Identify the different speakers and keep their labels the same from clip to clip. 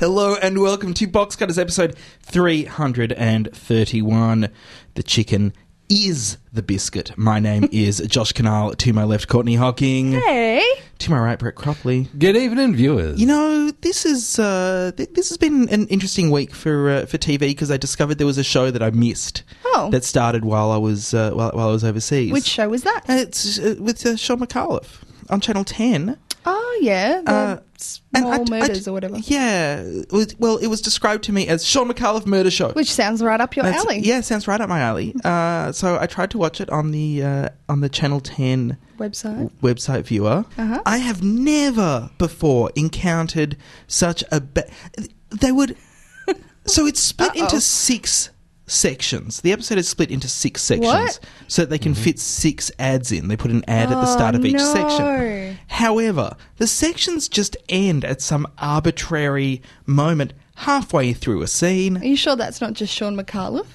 Speaker 1: Hello and welcome to Box Cutters episode 331. The chicken is the biscuit. My name is Josh Canal. To my left, Courtney Hocking.
Speaker 2: Hey.
Speaker 1: To my right, Brett Cropley.
Speaker 3: Good evening, viewers.
Speaker 1: You know, this is uh, th- this has been an interesting week for uh, for TV because I discovered there was a show that I missed
Speaker 2: Oh.
Speaker 1: that started while I was uh, while, while I was overseas.
Speaker 2: Which show was that?
Speaker 1: Uh, it's uh, with uh, Sean McAuliffe on Channel Ten.
Speaker 2: oh, yeah. The
Speaker 1: Uh, and
Speaker 2: small
Speaker 1: I d- I d-
Speaker 2: murders or whatever.
Speaker 1: Yeah. It was- Well, it was described to me as Sean McAuliffe murder show.
Speaker 2: Which sounds right up your
Speaker 1: That's-
Speaker 2: alley.
Speaker 1: Yeah, sounds right up my alley. Uh, so I tried to watch it on the uh, on the Channel Ten
Speaker 2: Website.
Speaker 1: website viewer.
Speaker 2: Uh-huh.
Speaker 1: I have never before encountered such a. Ba- they would. so it's split
Speaker 2: Uh-oh.
Speaker 1: into six sections. The episode is split into six sections,
Speaker 2: What?
Speaker 1: so that they can fit six ads in. They put an ad at the start
Speaker 2: Oh,
Speaker 1: of each
Speaker 2: no.
Speaker 1: section. However, the sections just end at some arbitrary moment halfway through a scene.
Speaker 2: Are you sure that's not just Sean McAuliffe,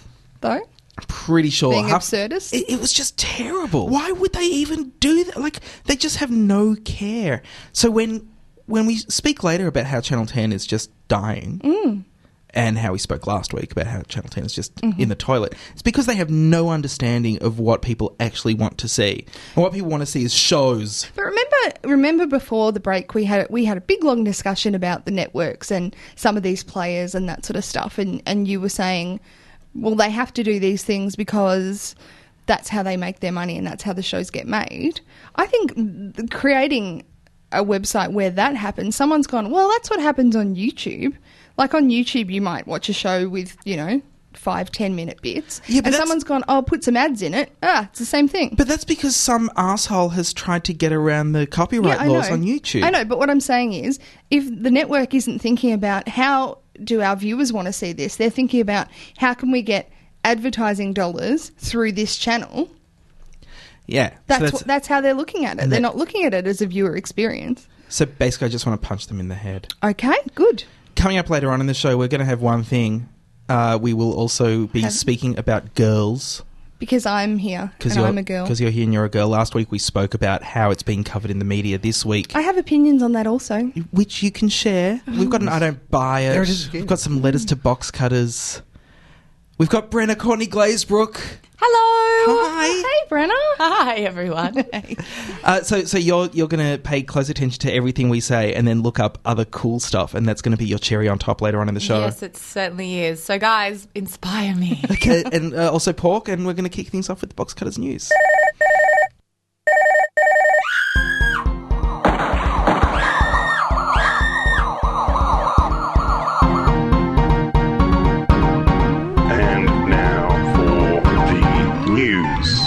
Speaker 2: though?
Speaker 1: pretty sure
Speaker 2: Being
Speaker 1: half-
Speaker 2: absurdist?
Speaker 1: It, it was just terrible. Why would they even do that? Like they just have no care. So when when we speak later about how Channel Ten is just dying,
Speaker 2: Mm.
Speaker 1: and how we spoke last week about how Channel Ten is just
Speaker 2: Mm-hmm.
Speaker 1: in the toilet, it's because they have no understanding of what people actually want to see. And what people want to see is shows.
Speaker 2: But remember, remember before the break, we had we had a big long discussion about the networks and some of these players and that sort of stuff, and and you were saying, well, they have to do these things because that's how they make their money and that's how the shows get made. I think th- creating a website where that happens, someone's gone, well, that's what happens on YouTube. Like on YouTube, you might watch a show with you know five ten minute bits,
Speaker 1: Yeah, but
Speaker 2: and
Speaker 1: that's-
Speaker 2: someone's gone, oh, put some ads in it. Ah, it's the same thing.
Speaker 1: But that's because some asshole has tried to get around the copyright
Speaker 2: I
Speaker 1: laws
Speaker 2: know.
Speaker 1: on YouTube.
Speaker 2: I know, but what I'm saying is, if the network isn't thinking about how do our viewers want to see this, they're thinking about how can we get advertising dollars through this channel.
Speaker 1: Yeah, So
Speaker 2: That's that's, that's how they're looking at it.
Speaker 1: And
Speaker 2: They're
Speaker 1: that-
Speaker 2: not looking at it as a viewer experience.
Speaker 1: so basically, I just want to punch them in the head.
Speaker 2: Okay, good.
Speaker 1: coming up later on in the show, we're going to have one thing. Uh, we will also be
Speaker 2: Have-
Speaker 1: speaking about girls
Speaker 2: Because I'm here and
Speaker 1: you're
Speaker 2: I'm a girl.
Speaker 1: Because you're here and you're a girl. Last week we spoke about how it's been covered in the media. This week,
Speaker 2: I have opinions on that also.
Speaker 1: which you can share. We've got an I don't buy
Speaker 3: There
Speaker 1: it.
Speaker 3: it is.
Speaker 1: We've got some letters to box cutters. We've got Brenna Courtney Glazebrook.
Speaker 4: Hello.
Speaker 1: Hi.
Speaker 2: Hey, Brenna.
Speaker 4: Hi, everyone.
Speaker 1: Uh, so, so you're you're going to pay close attention to everything we say, and then look up other cool stuff, and that's going to be your cherry on top later on in the show.
Speaker 4: Yes, it certainly is. So, guys, inspire me.
Speaker 1: Okay, and uh, also pork, and we're going to kick things off with the box cutters news.
Speaker 5: And now for the news.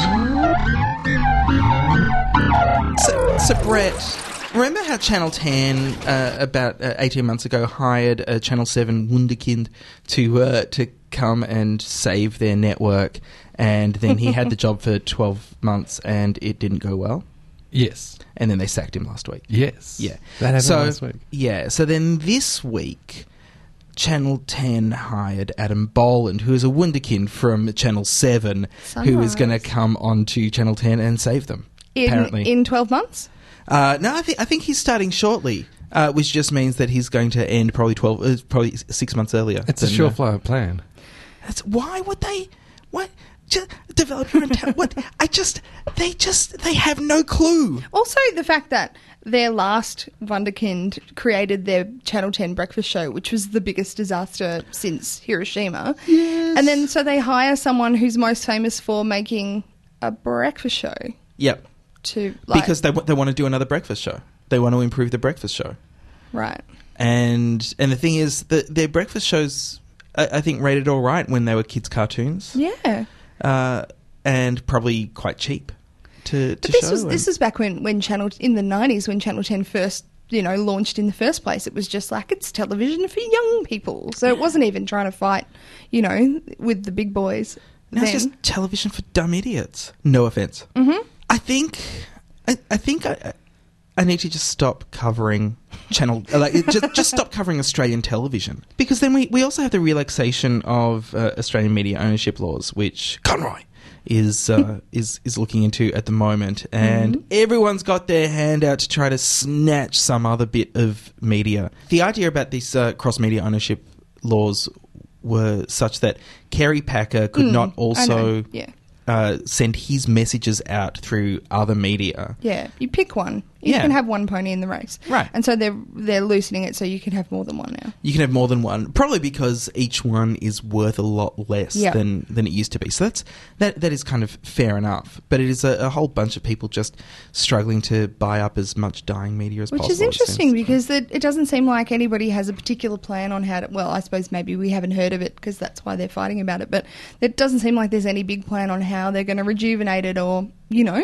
Speaker 1: So, so Brett, remember how Channel 10 uh, about uh, 18 months ago hired uh, Channel 7 Wunderkind to uh, to come and save their network and then he had the job for 12 months and it didn't go well
Speaker 3: Yes.
Speaker 1: and then they sacked him last week.
Speaker 3: Yes.
Speaker 1: Yeah.
Speaker 3: That happened
Speaker 1: so,
Speaker 3: last week.
Speaker 1: Yeah. So then this week, Channel 10 hired Adam Boland, who is a wunderkind from Channel 7, who is
Speaker 2: Sunrise.
Speaker 1: going to come onto Channel 10 and save them.
Speaker 2: In,
Speaker 1: apparently.
Speaker 2: in 12 months?
Speaker 1: Uh, no, I think I think he's starting shortly, uh, which just means that he's going to end probably twelve, uh, probably s- six months earlier.
Speaker 3: It's a
Speaker 1: than, uh,
Speaker 3: surefire plan.
Speaker 1: that's why would they? What? Just develop your own talent. What? I just they just they have no clue.
Speaker 2: Also, the fact that their last Wunderkind created their Channel 10 breakfast show, which was the biggest disaster since Hiroshima.
Speaker 1: Yes.
Speaker 2: And then, so they hire someone who's most famous for making a breakfast show
Speaker 1: Yep,
Speaker 2: to, like,
Speaker 1: because they wa- they want to do another breakfast show. They want to improve the breakfast show,
Speaker 2: right.
Speaker 1: and and the thing is that their breakfast shows. I I think rated all right when they were kids' cartoons,
Speaker 2: Yeah.
Speaker 1: uh, and probably quite cheap to, to
Speaker 2: But this
Speaker 1: show.
Speaker 2: was
Speaker 1: and-
Speaker 2: this is back when, when Channel in the 90s when Channel 10 first you know launched in the first place it was just like it's television for young people so it wasn't even trying to fight you know with the big boys
Speaker 1: Now it's
Speaker 2: then.
Speaker 1: just television for dumb idiots. No offense. Mm-hmm. I think, I, I think I, I need to just stop covering channel, uh, like it- just just stop covering Australian television because then we we also have the relaxation of uh, Australian media ownership laws, which Conroy is uh, is is looking into at the moment, and everyone's got their hand out to try to snatch some other bit of media. The idea about these uh, cross media ownership laws were such that Kerry Packer could not also
Speaker 2: yeah,
Speaker 1: uh, send his messages out through other media.
Speaker 2: yeah. You pick one. You
Speaker 1: Yeah.
Speaker 2: can have one pony in the race,
Speaker 1: Right.
Speaker 2: And so they're they're loosening it so you can have more than one now.
Speaker 1: You can have more than one, probably because each one is worth a lot less
Speaker 2: Yeah.
Speaker 1: than, than it used to be. So that's that that is kind of fair enough. But it is a, a whole bunch of people just struggling to buy up as much dying media as
Speaker 2: Which
Speaker 1: possible.
Speaker 2: is interesting
Speaker 1: It seems.
Speaker 2: because it, it doesn't seem like anybody has a particular plan on how to. Well, I suppose maybe we haven't heard of it because that's why they're fighting about it. But it doesn't seem like there's any big plan on how they're going to rejuvenate it or, you know,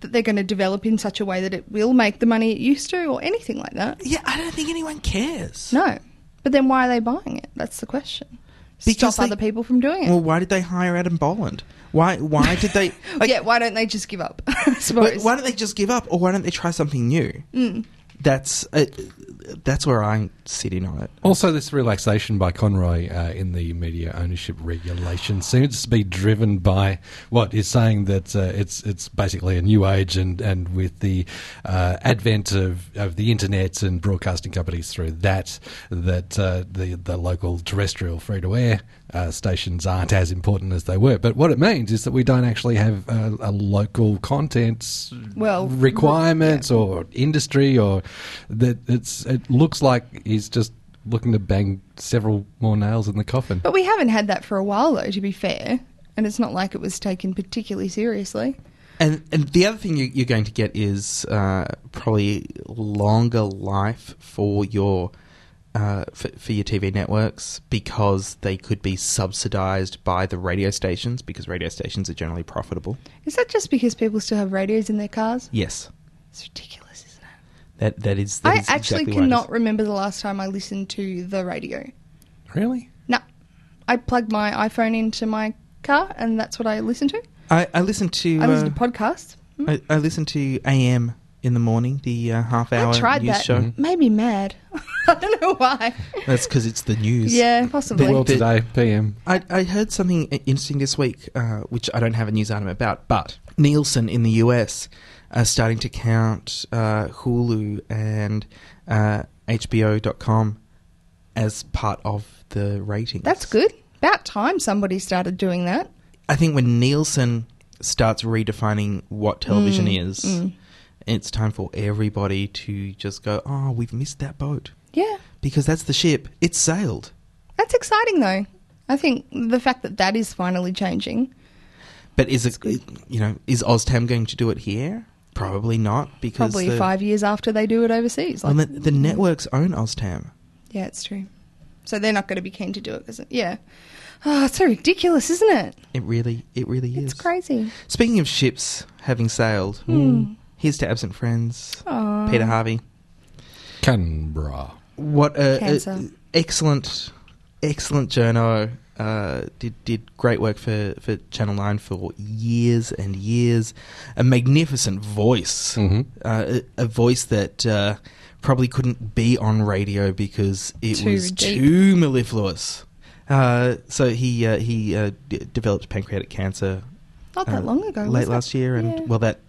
Speaker 2: that they're going to develop in such a way that it will make the money it used to or anything like that.
Speaker 1: yeah, I don't think anyone cares.
Speaker 2: No. But then why are they buying it? That's the question.
Speaker 1: Because
Speaker 2: Stop
Speaker 1: they-
Speaker 2: other people from doing it.
Speaker 1: Well, why did they hire Adam Boland? Why why did they? like,
Speaker 2: yeah, why don't they just give up? I
Speaker 1: why,
Speaker 2: suppose. Mm.
Speaker 1: why don't they just give up, or why don't they try something new? That's uh, that's where I'm sitting on it.
Speaker 3: Also, this relaxation by Conroy uh, in the media ownership regulation seems to be driven by what he's saying that uh, it's it's basically a new age, and and with the uh, advent of, of the internet and broadcasting companies through that, that uh, the the local terrestrial free to air uh, stations aren't as important as they were. But what it means is that we don't actually have uh, a, a local content
Speaker 2: Well,
Speaker 3: requirements or industry or that it's it looks like he's just looking to bang several more nails in the coffin.
Speaker 2: But we haven't had that for a while, though, to be fair. And it's not like it was taken particularly seriously.
Speaker 1: And and the other thing you, you're going to get is uh, probably longer life for your uh, for, for your TV networks because they could be subsidized by the radio stations because radio stations are generally profitable.
Speaker 2: Is that just because people still have radios in their cars?
Speaker 1: Yes,
Speaker 2: It's ridiculous, isn't it?
Speaker 1: that that is. that
Speaker 2: I
Speaker 1: is
Speaker 2: actually
Speaker 1: exactly what it is.
Speaker 2: cannot remember the last time I listened to the radio.
Speaker 3: Really?
Speaker 2: No. I plugged my iPhone into my car, and that's what I listen to.
Speaker 1: I, I listen to.
Speaker 2: I listen
Speaker 1: uh,
Speaker 2: to podcasts. Hmm?
Speaker 1: I, I listen to AM in the morning, the uh, half hour
Speaker 2: I tried
Speaker 1: news
Speaker 2: that.
Speaker 1: show.
Speaker 2: Made me mad. I don't know why.
Speaker 1: That's because it's the news.
Speaker 2: yeah, possibly.
Speaker 1: Like
Speaker 3: World
Speaker 1: the-
Speaker 3: Today, PM.
Speaker 1: I, I heard something i- interesting this week, uh, which I don't have a news item about, but Nielsen in the US are starting to count uh, Hulu and uh, HBO.com as part of the ratings.
Speaker 2: That's good. About time somebody started doing that.
Speaker 1: I think when Nielsen starts redefining what television
Speaker 2: Mm,
Speaker 1: is, it's time for everybody to just go, oh, we've missed that boat.
Speaker 2: Yeah.
Speaker 1: Because that's the ship. It's sailed.
Speaker 2: That's exciting, though. I think the fact that that is finally changing.
Speaker 1: But is it, you know, is Oztam going to do it here? Probably not because
Speaker 2: Probably
Speaker 1: the,
Speaker 2: five years after they do it overseas. Like,
Speaker 1: Well, the, the networks own Oztam.
Speaker 2: yeah, it's true. So they're not going to be keen to do it, is it? Yeah. Oh, it's so ridiculous, isn't it?
Speaker 1: It really, it really is.
Speaker 2: It's crazy.
Speaker 1: Speaking of ships having sailed, here's to absent friends.
Speaker 2: Hmm. Aw.
Speaker 1: Peter Harvey.
Speaker 3: Canberra.
Speaker 1: What a, a-
Speaker 2: Cancer.
Speaker 1: excellent, excellent journo. Uh, did did great work for, for Channel Nine for years and years. A magnificent voice,
Speaker 3: Mhm.
Speaker 1: uh, a, a voice that uh, probably couldn't be on radio because it
Speaker 2: Too
Speaker 1: was
Speaker 2: deep.
Speaker 1: too mellifluous. Uh, so he uh, he uh, d- developed pancreatic cancer
Speaker 2: Not that
Speaker 1: uh,
Speaker 2: long ago. was
Speaker 1: late
Speaker 2: it?
Speaker 1: last year, and
Speaker 2: Yeah.
Speaker 1: well, that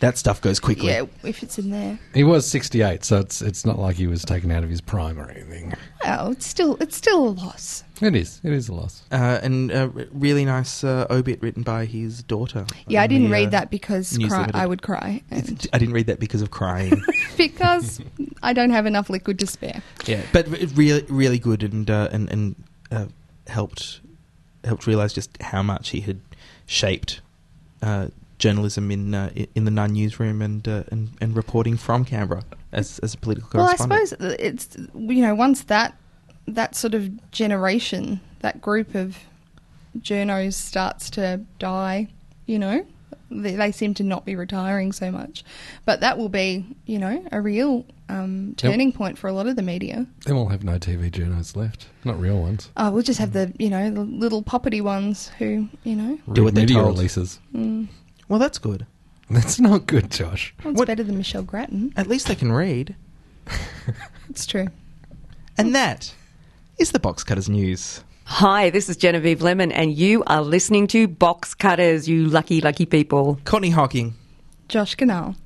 Speaker 1: that stuff goes quickly.
Speaker 2: Yeah, if it's in there.
Speaker 3: He was 68, so it's it's not like he was taken out of his prime or anything.
Speaker 2: Well, it's still it's still a loss.
Speaker 3: It is. It is a loss.
Speaker 1: Uh, and a r- really nice uh, obit written by his daughter.
Speaker 2: Yeah, I
Speaker 1: on the,
Speaker 2: didn't read
Speaker 1: uh,
Speaker 2: that because
Speaker 1: News
Speaker 2: cry,
Speaker 1: Limited.
Speaker 2: I would cry, and
Speaker 1: I didn't read that because of crying.
Speaker 2: because I don't have enough liquid to spare.
Speaker 1: yeah, but r- really, really good, and uh, and and uh, helped helped realize just how much he had shaped uh, journalism in uh, i- in the Nine newsroom and uh, and and reporting from Canberra as as a political
Speaker 2: Well, I
Speaker 1: correspondent.
Speaker 2: suppose it's you know once that that sort of generation, that group of journos starts to die, you know, they, they seem to not be retiring so much, but that will be you know a real um, turning point for a lot of the media.
Speaker 3: Then we'll have no TV journos left. Not real ones.
Speaker 2: Oh, we'll just have the you know the little poppity ones who you know
Speaker 1: Do what they're
Speaker 3: Media
Speaker 1: told.
Speaker 3: releases.
Speaker 1: Well, that's good.
Speaker 3: That's not good, Josh.
Speaker 2: well, it's
Speaker 1: What-
Speaker 2: better than Michelle Grattan.
Speaker 1: At least they can read.
Speaker 2: It's true.
Speaker 1: And that is the box cutters news.
Speaker 6: Hi, this is Genevieve Lemon, and you are listening to Box Cutters, you lucky, lucky people.
Speaker 1: Courtney Hawking,
Speaker 2: Josh Canal.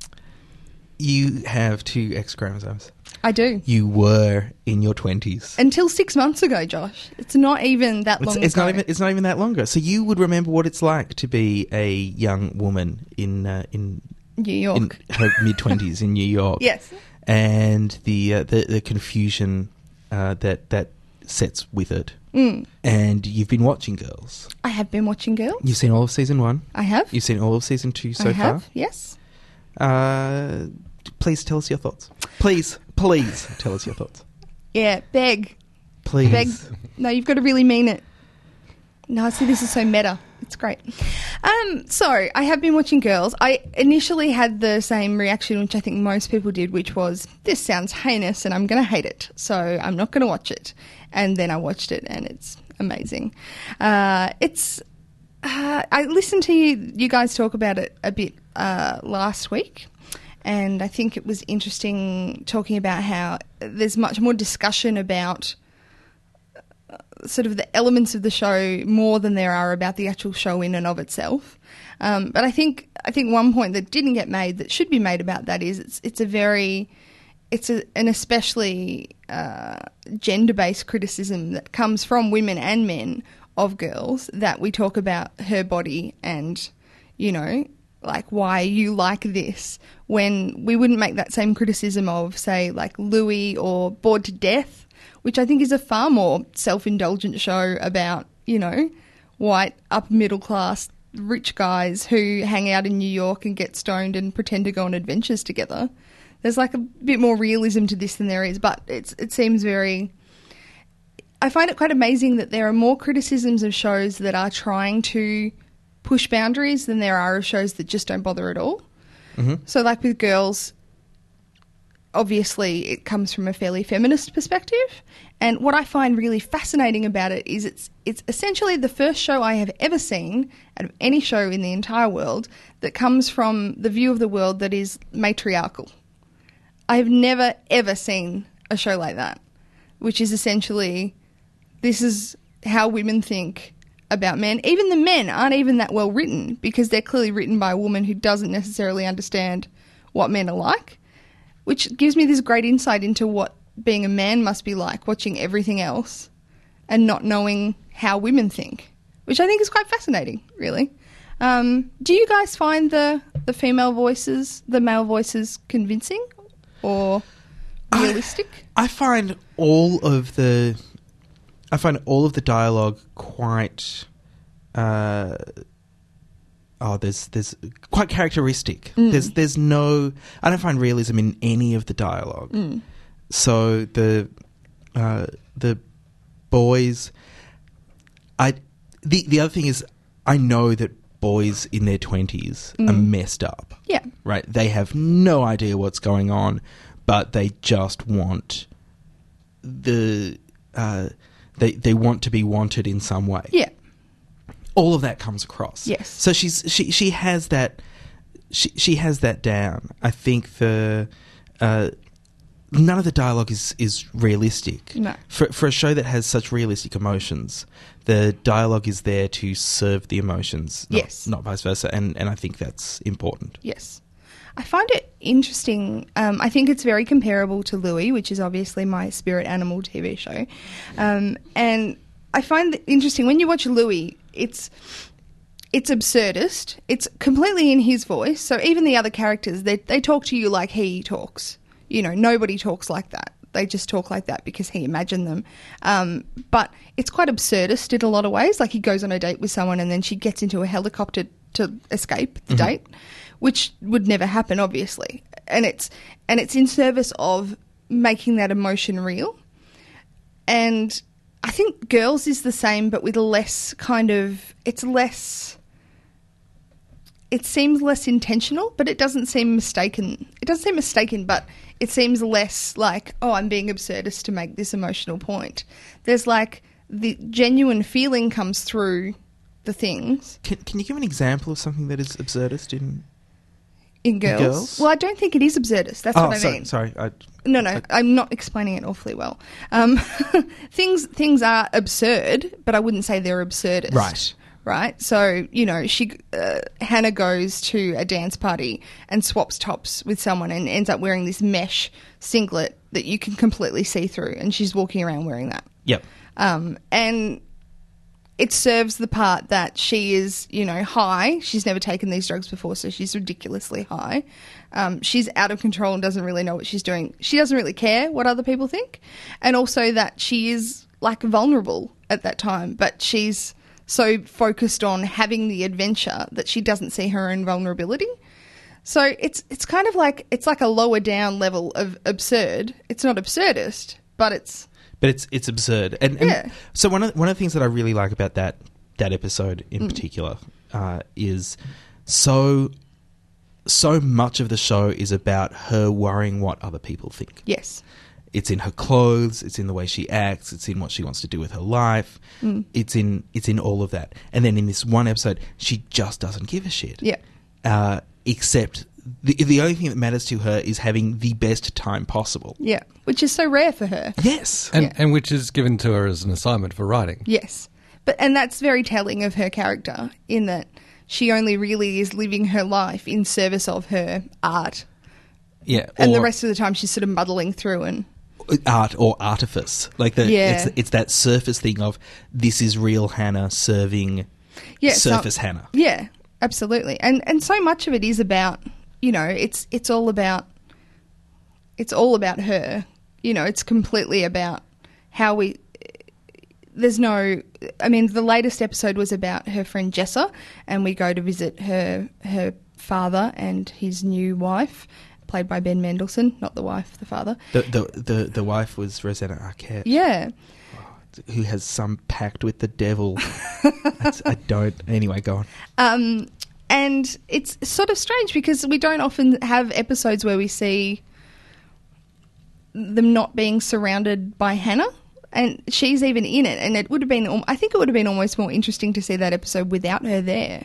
Speaker 1: you have two X chromosomes.
Speaker 2: I do.
Speaker 1: You were in your twenties.
Speaker 2: Until six months ago, Josh. It's not even that
Speaker 1: It's,
Speaker 2: long
Speaker 1: it's
Speaker 2: ago.
Speaker 1: not even it's not even that longer. So you would remember what it's like to be a young woman in uh, in
Speaker 2: New York.
Speaker 1: in her mid twenties in New York.
Speaker 2: Yes.
Speaker 1: and the uh, the, the confusion uh, that that sets with it.
Speaker 2: Mm.
Speaker 1: And you've been watching Girls.
Speaker 2: I have been watching Girl.
Speaker 1: You've seen all of season one.
Speaker 2: I have.
Speaker 1: You've seen all of season two so
Speaker 2: I have.
Speaker 1: far.
Speaker 2: Yes.
Speaker 1: Uh, please tell us your thoughts. Please, please tell us your thoughts.
Speaker 2: Yeah. Beg.
Speaker 1: Please.
Speaker 2: Beg. No, you've got to really mean it. No, see, this is so meta. It's great. Um, so I have been watching Girls. I initially had the same reaction, which I think most people did, which was this sounds heinous, and I'm going to hate it, so I'm not going to watch it. And then I watched it, and it's amazing. Uh, it's uh, I listened to you, you guys talk about it a bit uh, last week, and I think it was interesting talking about how there's much more discussion about sort of the elements of the show more than there are about the actual show in and of itself. Um, but I think I think one point that didn't get made that should be made about that is it's it's a very it's a, an especially uh, gender based criticism that comes from women and men of girls that we talk about her body and you know like why you like this when we wouldn't make that same criticism of say like Louis or Bored to Death which I think is a far more self indulgent show about, you know, white, upper middle class, rich guys who hang out in New York and get stoned and pretend to go on adventures together. There's like a bit more realism to this than there is, but it's, it seems very. I find it quite amazing that there are more criticisms of shows that are trying to push boundaries than there are of shows that just don't bother at all. So, like with girls, obviously it comes from a fairly feminist perspective. And what I find really fascinating about it is it's it's essentially the first show I have ever seen out of any show in the entire world that comes from the view of the world that is matriarchal. I have never ever seen a show like that, which is essentially this is how women think about men. Even the men aren't even that well written because they're clearly written by a woman who doesn't necessarily understand what men are like, which gives me this great insight into what being a man must be like, watching everything else and not knowing how women think, which I think is quite fascinating, really. Um, do you guys find the, the female voices, the male voices convincing or realistic?
Speaker 1: I find all of the, I find all of the dialogue quite, uh, oh, there's there's quite characteristic. There's there's no, I don't find realism in any of the dialogue. So the, uh, the boys, I, the the other thing is, I know that boys in their twenties are messed up
Speaker 2: yeah.
Speaker 1: right? They have no idea what's going on, but they just want the uh, they they want to be wanted in some way.
Speaker 2: Yeah.
Speaker 1: All of that comes across.
Speaker 2: Yes.
Speaker 1: So she's she she has that she she has that down. I think the uh, none of the dialogue is is realistic.
Speaker 2: No.
Speaker 1: For for a show that has such realistic emotions, the dialogue is there to serve the emotions. not-
Speaker 2: Yes.
Speaker 1: Not vice versa, and and I think that's important.
Speaker 2: Yes. I find it interesting. Um, I think it's very comparable to Louis, which is obviously my spirit animal TV show. Um, and I find it interesting when you watch Louis, it's it's absurdist. It's completely in his voice. So even the other characters, they they talk to you like he talks. You know, nobody talks like that. They just talk like that because he imagined them. Um, but it's quite absurdist in a lot of ways. Like he goes on a date with someone and then she gets into a helicopter to escape the date, which would never happen, obviously. And it's and it's in service of making that emotion real and I think girls is the same, but with less kind of it's less. It seems less intentional, but it doesn't seem mistaken. It doesn't seem mistaken, but it seems less like oh, I'm being absurdist to make this emotional point. There's like the genuine feeling comes through the things.
Speaker 1: Can, can you give an example of something that is absurdist in
Speaker 2: in girls.
Speaker 1: Girls?
Speaker 2: Well, I don't think it is absurdist. That's
Speaker 1: oh,
Speaker 2: what I
Speaker 1: sorry,
Speaker 2: mean.
Speaker 1: sorry. I,
Speaker 2: No, no, I'm not explaining it awfully well. Um, things things are absurd, but I wouldn't say they're absurdist.
Speaker 1: Right.
Speaker 2: Right. So you know, she uh, Hannah goes to a dance party and swaps tops with someone and ends up wearing this mesh singlet that you can completely see through, and she's walking around wearing that.
Speaker 1: yep.
Speaker 2: Um, and it serves the part that she is, you know, high. She's never taken these drugs before, so she's ridiculously high. Um, she's out of control and doesn't really know what she's doing. She doesn't really care what other people think. And also that she is, like, vulnerable at that time, but she's so focused on having the adventure that she doesn't see her own vulnerability. So it's it's kind of like it's like a lower down level of absurd. It's not absurdist, but it's
Speaker 1: But it's it's absurd. And, and
Speaker 2: Yeah.
Speaker 1: so one of one of the things that I really like about that that episode in
Speaker 2: Mm.
Speaker 1: particular uh, is so so much of the show is about her worrying what other people think.
Speaker 2: yes.
Speaker 1: It's in her clothes, it's in the way she acts, it's in what she wants to do with her life.
Speaker 2: Mm.
Speaker 1: It's in it's in all of that. And then in this one episode, she just doesn't give a shit.
Speaker 2: Yeah.
Speaker 1: Uh, except the the only thing that matters to her is having the best time possible.
Speaker 2: Yeah, which is so rare for her.
Speaker 1: Yes.
Speaker 3: And,
Speaker 2: Yeah.
Speaker 3: and which is given to her as an assignment for writing.
Speaker 2: Yes. But and that's very telling of her character in that she only really is living her life in service of her art.
Speaker 1: Yeah.
Speaker 2: And the
Speaker 1: or-
Speaker 2: rest of the time she's sort of muddling through and
Speaker 1: art or artifice. Like the
Speaker 2: Yeah.
Speaker 1: it's, it's that surface thing of this is real Hannah serving
Speaker 2: yeah, so-
Speaker 1: surface Hannah.
Speaker 2: Yeah, absolutely. And and so much of it is about, you know, it's it's all about it's all about her. You know, it's completely about how we there's no I mean, the latest episode was about her friend Jessa and we go to visit her her father and his new wife, played by Ben Mendelsohn, not the wife, the father.
Speaker 1: The, the the the wife was Rosanna Arquette,
Speaker 2: Yeah.
Speaker 1: who has some pact with the devil. That's- I don't. Anyway, go on.
Speaker 2: Um, and it's sort of strange because we don't often have episodes where we see them not being surrounded by Hannah. And she's even in it, and it would have been. al- I think it would have been almost more interesting to see that episode without her there.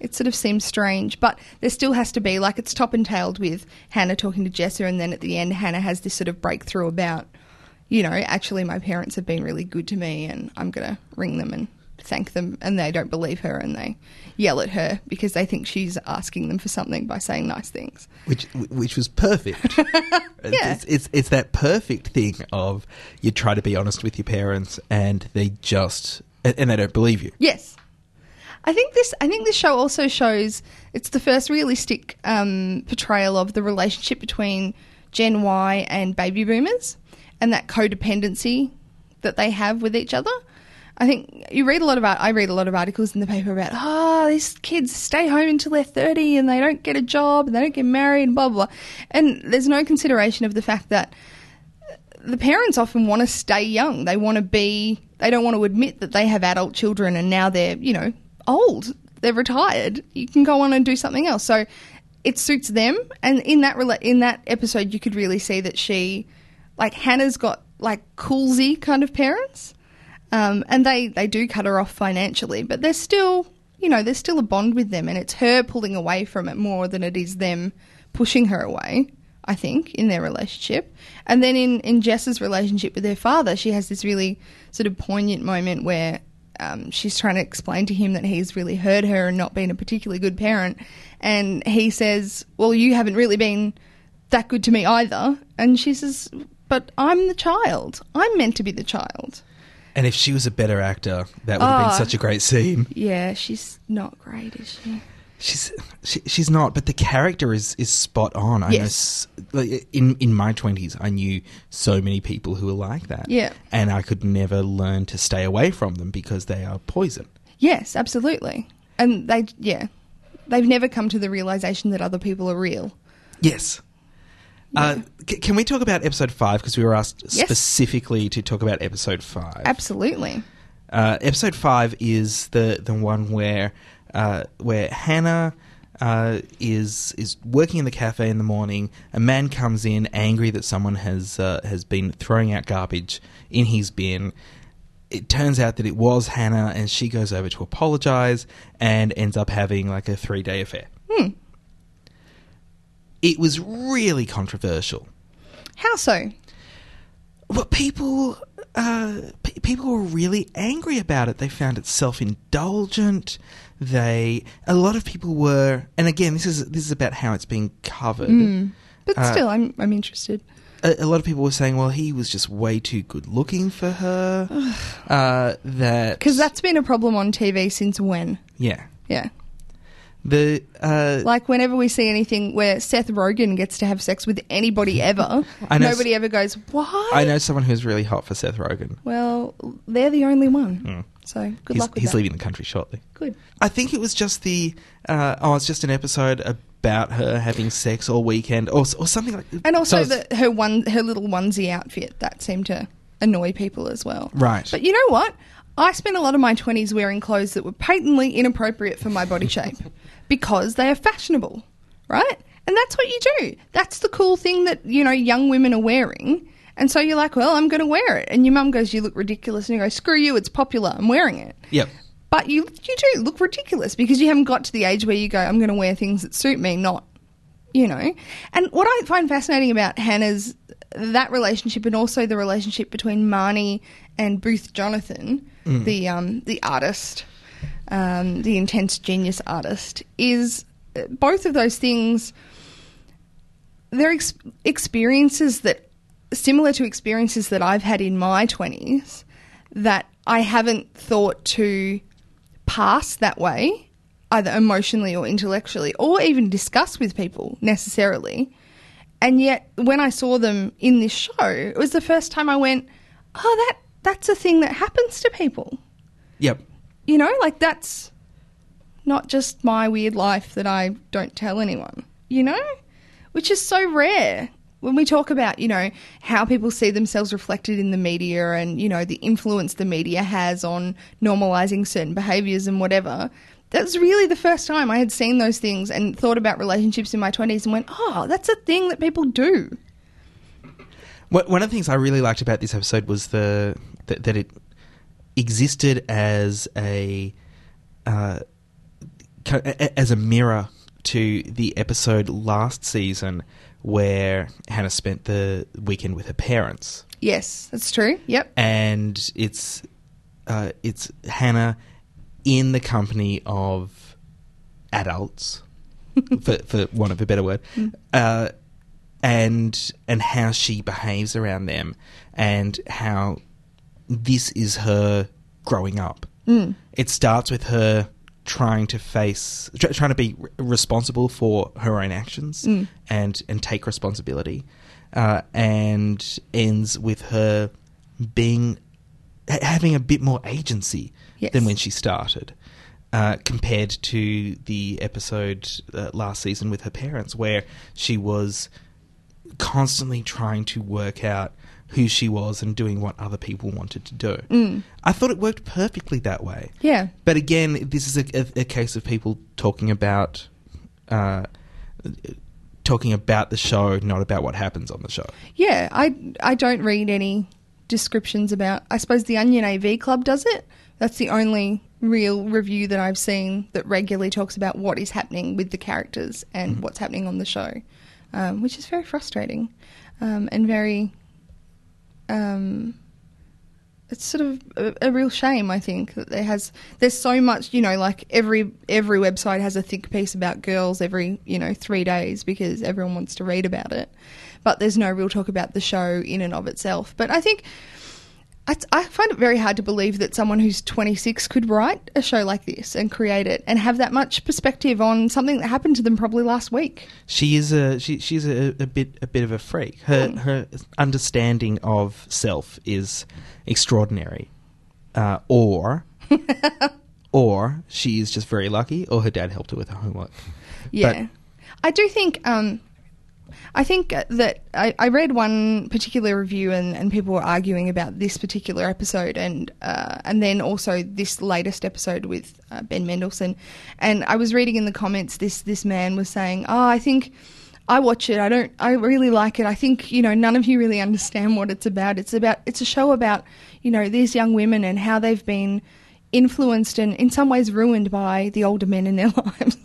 Speaker 2: It sort of seems strange, but there still has to be like it's top and tailed with Hannah talking to Jessa, and then at the end, Hannah has this sort of breakthrough about, you know, actually my parents have been really good to me, and I'm gonna ring them and thank them, and they don't believe her, and they yell at her because they think she's asking them for something by saying nice things.
Speaker 1: Which which was perfect. it's, it's it's that perfect thing of you try to be honest with your parents and they just and, and they don't believe you.
Speaker 2: Yes. I think this. I think this show also shows it's the first realistic um, portrayal of the relationship between Gen Y and baby boomers, and that codependency that they have with each other. I think you read a lot about. I read a lot of articles in the paper about oh, these kids stay home until they're thirty and they don't get a job and they don't get married and blah blah. blah. And there's no consideration of the fact that the parents often want to stay young. They want to be, they don't want to admit that they have adult children and now they're, you know, old. They're retired. You can go on and do something else. So it suits them. And in that rela- in that episode, you could really see that she, like Hannah's got like coolsy kind of parents, um, and they they do cut her off financially, but there's still, you know, there's still a bond with them, and it's her pulling away from it more than it is them pushing her away. I think, in their relationship. And then in, in Jess's relationship with her father, she has this really sort of poignant moment where um, she's trying to explain to him that he's really hurt her and not been a particularly good parent. And he says, Well, you haven't really been that good to me either. And she says, But I'm the child. I'm meant to be the child.
Speaker 1: And if she was a better actor, that would have
Speaker 2: Oh.
Speaker 1: been such a great scene.
Speaker 2: Yeah, she's not great, is she?
Speaker 1: She's she, she's not, but the character is is spot on. I know
Speaker 2: Yes.
Speaker 1: s- like in in my twenties, I knew so many people who were like that.
Speaker 2: Yeah.
Speaker 1: and I could never learn to stay away from them because they are poison.
Speaker 2: Yes, absolutely. And they, yeah, they've never come to the realization that other people are real.
Speaker 1: Yes. Uh, c- can we talk about episode five? Because we were asked
Speaker 2: Yes.
Speaker 1: specifically to talk about episode five.
Speaker 2: Absolutely.
Speaker 1: Uh, episode five is the the one where uh, where Hannah uh, is is working in the cafe in the morning. A man comes in angry that someone has uh, has been throwing out garbage in his bin. It turns out that it was Hannah, and she goes over to apologize and ends up having like a three day affair. It was really controversial.
Speaker 2: How so?
Speaker 1: But people, uh, pe people were really angry about it. They found it self-indulgent. They, a lot of people were, and again, this is this is about how it's being covered.
Speaker 2: But
Speaker 1: Uh,
Speaker 2: still, I'm I'm interested.
Speaker 1: a, a lot of people were saying, well, he was just way too good looking for her. uh, that
Speaker 2: Because that's been a problem on TV since when?
Speaker 1: yeah,
Speaker 2: Yeah.
Speaker 1: the uh,
Speaker 2: Like, whenever we see anything where Seth Rogen gets to have sex with anybody ever,
Speaker 1: I know s-
Speaker 2: nobody ever goes, why?
Speaker 1: I know someone who's really hot for Seth Rogen.
Speaker 2: Well, they're the only one. So good
Speaker 1: Mm. he's
Speaker 2: luck with
Speaker 1: he's
Speaker 2: that.
Speaker 1: leaving the country shortly.
Speaker 2: Good.
Speaker 1: I think it was just the uh, oh, it's just an episode about her having sex all weekend or s- or something like
Speaker 2: And also
Speaker 3: So it's-
Speaker 2: the, her one her little onesie outfit that seemed to annoy people as well.
Speaker 1: Right.
Speaker 2: But you know what? I spent a lot of my twenties wearing clothes that were patently inappropriate for my body shape because they are fashionable, right? And that's what you do. That's the cool thing that you know young women are wearing. And so you're like, well, I'm going to wear it. And your mum goes, you look ridiculous. And you go, screw you, it's popular. I'm wearing it.
Speaker 1: Yep.
Speaker 2: But you you do look ridiculous because you haven't got to the age where you go, I'm going to wear things that suit me, not you know. And what I find fascinating about Hannah's that relationship and also the relationship between Marnie and Booth Jonathan, the um, the artist, um, the intense genius artist, is uh, both of those things. They're ex- experiences that similar to experiences that I've had in my twenties that I haven't thought to pass that way, either emotionally or intellectually, or even discuss with people necessarily. And yet, when I saw them in this show, it was the first time I went, "Oh, that that's a thing that happens to people."
Speaker 1: yep.
Speaker 2: You know, like that's not just my weird life that I don't tell anyone. You know, which is so rare. When we talk about, you know, how people see themselves reflected in the media and, you know, the influence the media has on normalizing certain behaviors and whatever, that's really the first time I had seen those things and thought about relationships in my 20s and went, oh, that's a thing that people do.
Speaker 1: Wha- One of the things I really liked about this episode was the that, that it existed as a uh, co- a- a- as a mirror to the episode last season where Hannah spent the weekend with her parents,
Speaker 2: Yes, that's true. Yep.
Speaker 1: and it's uh, it's Hannah in the company of adults, for for want of a better word, uh, and and how she behaves around them, and how this is her growing up. It starts with her trying to face, tr- trying to be re- responsible for her own actions and and take responsibility, uh, and ends with her being ha- having a bit more agency
Speaker 2: Yes.
Speaker 1: than when she started. Uh, compared to the episode uh, last season with her parents, where she was constantly trying to work out who she was and doing what other people wanted to do. I thought it worked perfectly that way.
Speaker 2: Yeah.
Speaker 1: But again, this is a, a, a case of people talking about. Uh, Talking about the show, not about what happens on the show.
Speaker 2: Yeah, I I don't read any descriptions about. I suppose the Onion AV Club does it. That's the only real review that I've seen that regularly talks about what is happening with the characters and what's happening on the show, um, which is very frustrating um, and very. Um, it's sort of a, a real shame, I think, that there has there's so much, you know, like every every website has a think piece about girls every you know three days because everyone wants to read about it, but there's no real talk about the show in and of itself. But I think I, I find it very hard to believe that someone who's 26 could write a show like this and create it and have that much perspective on something that happened to them probably last week.
Speaker 1: She is a she, she's a, a bit a bit of a freak. Her her understanding of self is extraordinary, uh, or or she is just very lucky, or her dad helped her with her homework.
Speaker 2: Yeah, I do think. Um, I think uh, that I, I read one particular review, and, and people were arguing about this particular episode, and uh, and then also this latest episode with uh, Ben Mendelsohn. And I was reading in the comments, this this man was saying, "Oh, I think." I watch it. I don't. I really like it. I think you know none of you really understand what it's about. It's about. It's a show about you know these young women and how they've been influenced and in some ways ruined by the older men in their lives.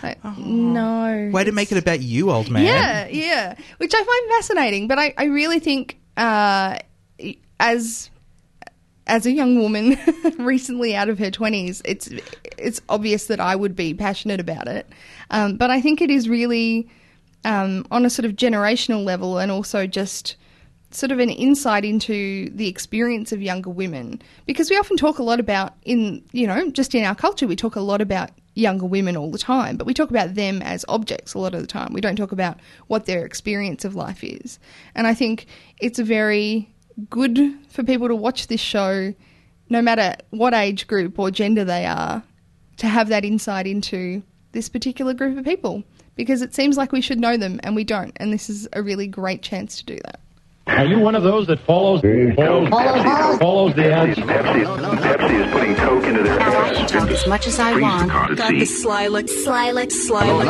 Speaker 2: Like, No.
Speaker 1: Oh. Way to make it about you, old man.
Speaker 2: Yeah, yeah. Which I find fascinating, but I, I really think uh, as as a young woman recently out of her 20s, it's it's obvious that I would be passionate about it. Um, but I think it is really um, on a sort of generational level and also just sort of an insight into the experience of younger women because we often talk a lot about in you know just in our culture we talk a lot about younger women all the time but we talk about them as objects a lot of the time we don't talk about what their experience of life is and i think it's a very good for people to watch this show, no matter what age group or gender they are, to have that insight into this particular group of people because it seems like we should know them and we don't. And this is a really great chance to do that.
Speaker 7: Are you one of those that follows
Speaker 5: No,
Speaker 7: follows,
Speaker 5: Pepsi,
Speaker 7: follows the
Speaker 5: Pepsi,
Speaker 7: ads?
Speaker 5: Pepsi, is- Pepsi is putting Coke into their
Speaker 8: Now I can talk as much as I
Speaker 5: Please
Speaker 8: want.
Speaker 5: can't see.
Speaker 8: sly look, sly look, sly look.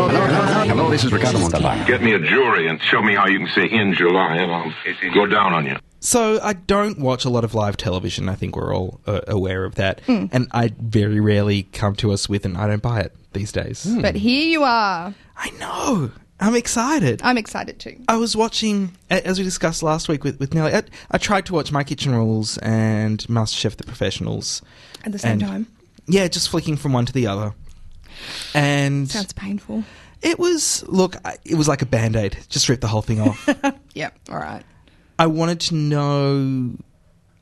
Speaker 9: Hello, this is Ricardo Montalban.
Speaker 5: Get me a jury and show me how you can say in July, and I'll go down on you.
Speaker 1: So I don't watch a lot of live television. I think we're all uh, aware of that.
Speaker 2: Hmm.
Speaker 1: And I very rarely come to us with an I don't buy it these days.
Speaker 2: But here you are.
Speaker 1: I know. I'm excited.
Speaker 2: I'm excited too.
Speaker 1: I was watching, a- as we discussed last week with, with Nelly, I, I tried to watch My Kitchen Rules and MasterChef The Professionals.
Speaker 2: At the same
Speaker 1: And-
Speaker 2: time.
Speaker 1: Yeah, just flicking from one to the other. And
Speaker 2: Sounds painful.
Speaker 1: it was, look, I- it was like a band aid. Just rip the whole thing off.
Speaker 2: Yep. All right.
Speaker 1: I wanted to know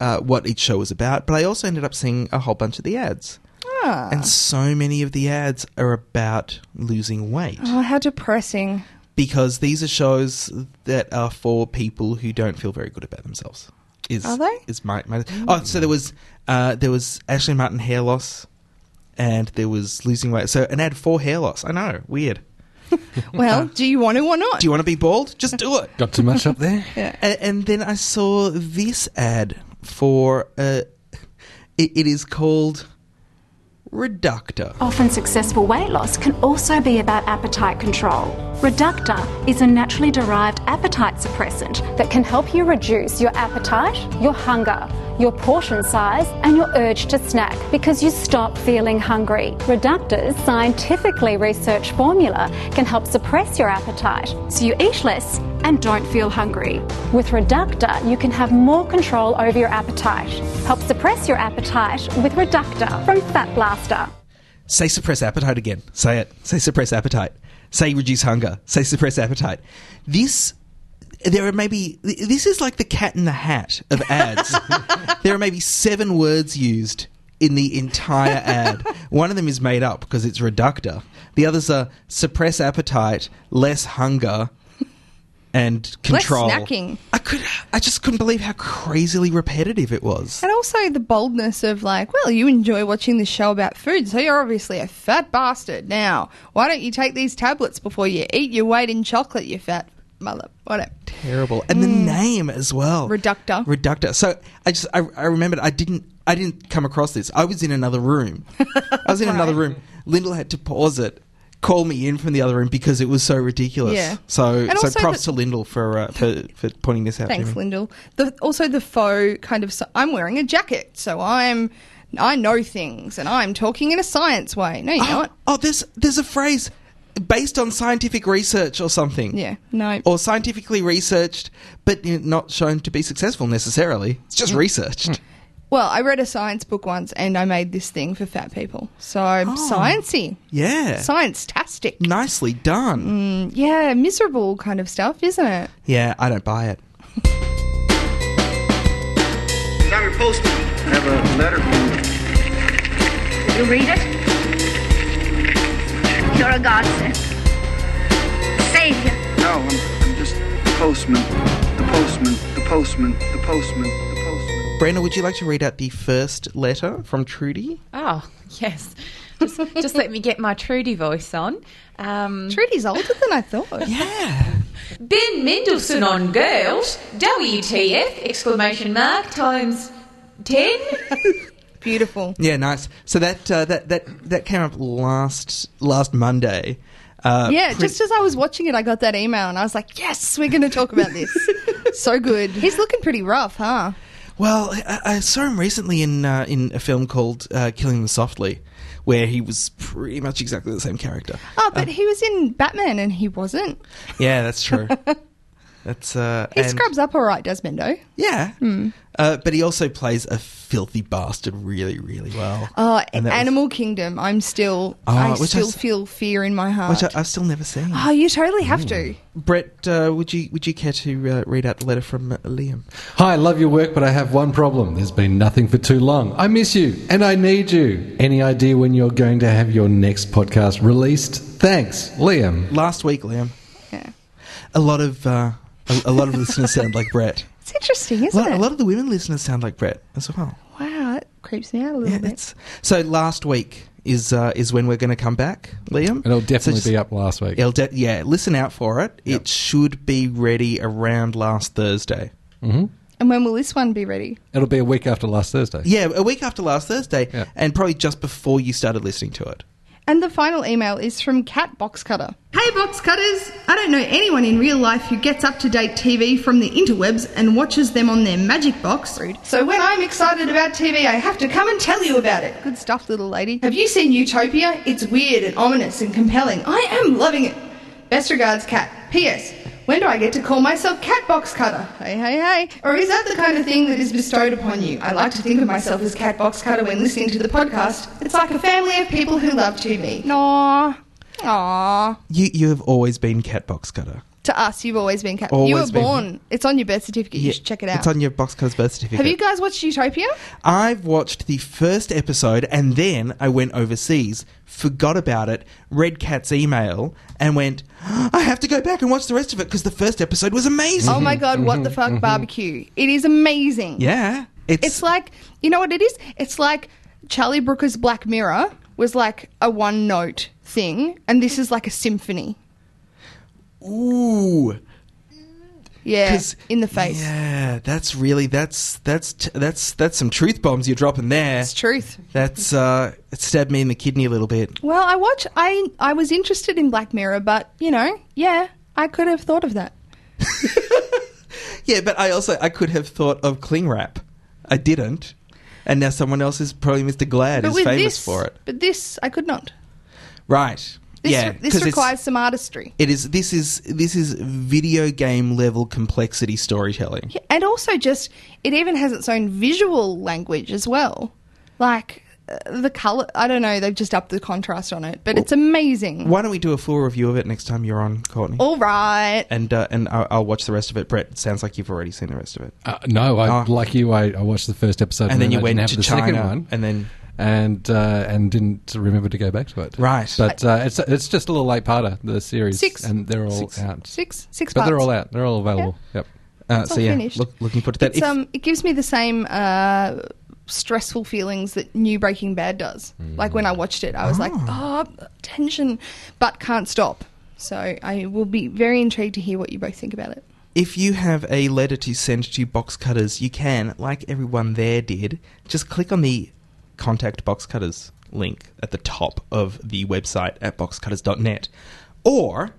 Speaker 1: uh, what each show was about, but I also ended up seeing a whole bunch of the ads.
Speaker 2: Ah.
Speaker 1: And so many of the ads are about losing weight
Speaker 2: Oh, how depressing.
Speaker 1: because these are shows that are for people who don't feel very good about themselves. Is,
Speaker 2: Are they?
Speaker 1: Is my, my oh? So there was uh, there was Ashley Martin hair loss, and there was losing weight. So an ad for hair loss. I know, weird.
Speaker 2: Well, Ah. do you want to or not?
Speaker 1: Do you want to be bald? Just do it.
Speaker 3: Got too much up there?
Speaker 1: and, and then I saw this ad for uh, it, it is called Reductor.
Speaker 10: Often successful weight loss can also be about appetite control. Reducta is a naturally derived appetite suppressant that can help you reduce your appetite, your hunger, your portion size, and your urge to snack because you stop feeling hungry. Reducta's scientifically researched formula can help suppress your appetite so you eat less and don't feel hungry. With Reducta, you can have more control over your appetite. Help suppress your appetite with Reducta from Fat Blaster.
Speaker 1: Say suppress appetite again. Say it. Say suppress appetite. Say reduce hunger. Say suppress appetite. This. There are maybe this is like the cat in the hat of ads. there are maybe seven words used in the entire ad. One of them is made up because it's reductor. The others are suppress appetite, less hunger, and
Speaker 2: Less
Speaker 1: control.
Speaker 2: snacking.
Speaker 1: I could. I just couldn't believe how crazily repetitive it was.
Speaker 2: And also the boldness of like, well, you enjoy watching this show about food, so you're obviously a fat bastard. Now, why don't you take these tablets before you eat your weight in chocolate, you fat mother? Whatever.
Speaker 1: terrible and the
Speaker 2: Mm.
Speaker 1: name as well
Speaker 2: Reductor.
Speaker 1: reductor so i just i, I remembered i didn't i didn't come across this i was in another room i was in another room lindell had to pause it call me in from the other room because it was so ridiculous
Speaker 2: Yeah.
Speaker 1: so
Speaker 2: And
Speaker 1: so
Speaker 2: also
Speaker 1: props to
Speaker 2: the-
Speaker 1: lindell for uh, for for pointing this out
Speaker 2: Thanks,
Speaker 1: to me.
Speaker 2: Lyndall. The, also the faux kind of. I'm wearing a jacket, so I'm. I know things, and I'm talking in a science way. No, you're
Speaker 1: oh,
Speaker 2: not.
Speaker 1: oh there's there's a phrase based on scientific research or something
Speaker 2: Yeah, no.
Speaker 1: or scientifically researched but you know, not shown to be successful necessarily it's just
Speaker 2: Mm.
Speaker 1: researched
Speaker 2: Well, I read a science book once, and I made this thing for fat people. So sciencey,
Speaker 1: Oh. yeah
Speaker 2: science tastic.
Speaker 1: nicely done
Speaker 2: Yeah, miserable kind of stuff, isn't it?
Speaker 1: Yeah, I don't buy it.
Speaker 11: Dr. Poston. I have a letter from
Speaker 8: You read it? You're a godsend. Savior.
Speaker 11: No, I'm, I'm just the postman. The postman. The postman. The postman. The postman.
Speaker 1: Brenda, would you like to read out the first letter from Trudy?
Speaker 4: Oh, yes. Just, just let me get my Trudy voice on. Um,
Speaker 2: Trudy's older than I thought.
Speaker 1: Yeah.
Speaker 4: ben Mendelssohn on girls. WTF! Exclamation mark times ten.
Speaker 2: Beautiful.
Speaker 1: Yeah, nice. So that uh, that that that came up last last Monday. Uh,
Speaker 2: Yeah,
Speaker 1: pre-
Speaker 2: just as I was watching it, I got that email and I was like, yes, we're going to talk about this. so good. He's looking pretty rough, huh?
Speaker 1: Well, I, I saw him recently in uh, in a film called uh, Killing Them Softly, where he was pretty much exactly the same character.
Speaker 2: Oh, but he was in Batman and he wasn't.
Speaker 1: Yeah, that's true. that's uh,
Speaker 2: He
Speaker 1: and-
Speaker 2: scrubs up all right, Desmondo.
Speaker 1: Yeah,
Speaker 2: Hmm.
Speaker 1: uh, but he also plays a filthy bastard really, really well.
Speaker 2: Oh,
Speaker 1: And that was-
Speaker 2: Animal Kingdom. I'm still,
Speaker 1: Oh,
Speaker 2: I
Speaker 1: which I
Speaker 2: still
Speaker 1: s-
Speaker 2: feel fear in my heart.
Speaker 1: which I, Mm. I've still never seen.
Speaker 2: oh, you totally have to.
Speaker 1: Brett, uh, would you would you care to uh, read out the letter from uh, Liam?
Speaker 3: Hi, love your work, but I have one problem. There's been nothing for too long. I miss you and I need you. Any idea when you're going to have your next podcast released? Thanks, Liam.
Speaker 1: Last week, Liam.
Speaker 2: Yeah.
Speaker 1: A lot of uh, a, a lot of listeners sound like Brett.
Speaker 2: It's interesting,
Speaker 1: A
Speaker 2: isn't
Speaker 1: lot, a
Speaker 2: it? Oh,
Speaker 1: lot of the women listeners sound like Brett as well.
Speaker 2: wow, that creeps me out a little bit.
Speaker 1: So last week is uh, is when we're going to come back, Liam.
Speaker 3: It'll definitely
Speaker 1: just-
Speaker 3: be up last week.
Speaker 1: It'll de- yeah, listen out for it. It should be ready around last Thursday.
Speaker 3: hmm
Speaker 2: And when will this one be ready?
Speaker 3: It'll be a week after last Thursday.
Speaker 1: Yeah, a week after last Thursday,
Speaker 3: Yeah.
Speaker 1: and probably just before you started listening to it.
Speaker 2: And the final email is from Cat Boxcutter. Hey, Boxcutters! I don't know anyone in real life who gets up to date TV from the interwebs and watches them on their magic box. So when I'm excited about TV, I have to come and tell you about it. Good stuff, little lady. Have you seen Utopia? It's weird and ominous and compelling. I am loving it. Best regards, Cat. P.S. When do I get to call myself Cat Boxcutter? Hey, hey, hey. Or is that the kind of thing that is bestowed upon you? I like to think of myself as Cat Boxcutter when listening to the podcast. It's like a family of people who love TV. Aww. Aww.
Speaker 1: You you have always been cat box cutter.
Speaker 2: To us, you've always been cat. you
Speaker 1: Always
Speaker 2: were
Speaker 1: been.
Speaker 2: born. It's on your birth certificate.
Speaker 1: Yeah,
Speaker 2: you should check it out.
Speaker 1: It's on your box cutter's birth certificate. Mm-hmm.
Speaker 2: Have you guys watched Utopia?
Speaker 1: I've watched the first episode and then I went overseas, forgot about it, read Cat's email, and went, I have to go back and watch the rest of it because the first episode was amazing.
Speaker 2: Oh my god, what
Speaker 1: Mm-hmm.
Speaker 2: the fuck barbecue. It is amazing.
Speaker 1: Yeah. It's,
Speaker 2: It's like, you know what it is? It's like Charlie Brooker's Black Mirror was like a one note thing, and this is like a symphony.
Speaker 1: ooh.
Speaker 2: Yeah,
Speaker 1: 'Cause-
Speaker 2: in the face.
Speaker 1: Yeah, that's really that's that's t- that's that's some truth bombs you're dropping there.
Speaker 2: It's truth.
Speaker 1: That's uh it stabbed me in the kidney a little bit.
Speaker 2: Well, I watch. I I was interested in Black Mirror, but you know, yeah, I could have thought of that.
Speaker 1: Yeah, but I also I could have thought of cling wrap. I didn't. And now someone else is probably Mr. Glad
Speaker 2: but
Speaker 1: is famous
Speaker 2: this,
Speaker 1: for it.
Speaker 2: But this, I could not.
Speaker 1: Right.
Speaker 2: This,
Speaker 1: yeah.
Speaker 2: this
Speaker 1: 'cause it's-
Speaker 2: requires some artistry.
Speaker 1: It is. This is. This is video game level complexity storytelling.
Speaker 2: and also just it even has its own visual language as well like uh, the color i don't know they've just upped the contrast on it but it's amazing
Speaker 1: Why don't we do a full review of it next time you're on, Courtney?
Speaker 2: all right
Speaker 1: And uh, and I'll, I'll watch the rest of it. Brett, it sounds like you've already seen the rest of it.
Speaker 3: Uh, no, I,
Speaker 1: Ah.
Speaker 3: like you, I, I watched the first episode
Speaker 1: And then you
Speaker 3: I
Speaker 1: went
Speaker 3: didn't have
Speaker 1: to
Speaker 3: the second
Speaker 1: China,
Speaker 3: one.
Speaker 1: and then-
Speaker 3: and uh, and didn't remember to go back to it.
Speaker 1: Right.
Speaker 3: but uh, it's it's just a little late parter the series.
Speaker 2: Six.
Speaker 3: and they're all
Speaker 1: Six.
Speaker 3: out.
Speaker 2: six six
Speaker 3: but
Speaker 2: parts
Speaker 3: they're all out. They're all available. Yep.
Speaker 1: Uh,
Speaker 2: It's
Speaker 1: so
Speaker 2: all
Speaker 1: yeah,
Speaker 2: finished.
Speaker 1: look, looking forward to that.
Speaker 2: It's,
Speaker 1: If-
Speaker 2: um, it gives me the same uh, stressful feelings that new breaking bad does
Speaker 1: Mm.
Speaker 2: like when i watched it i was like
Speaker 1: Ah.
Speaker 2: oh tension but can't stop so i will be very intrigued to hear what you both think about it
Speaker 1: If you have a letter to send to Box Cutters, you can, like everyone there did, just click on the contact Box Cutters link at the top of the website at boxcutters.net. Or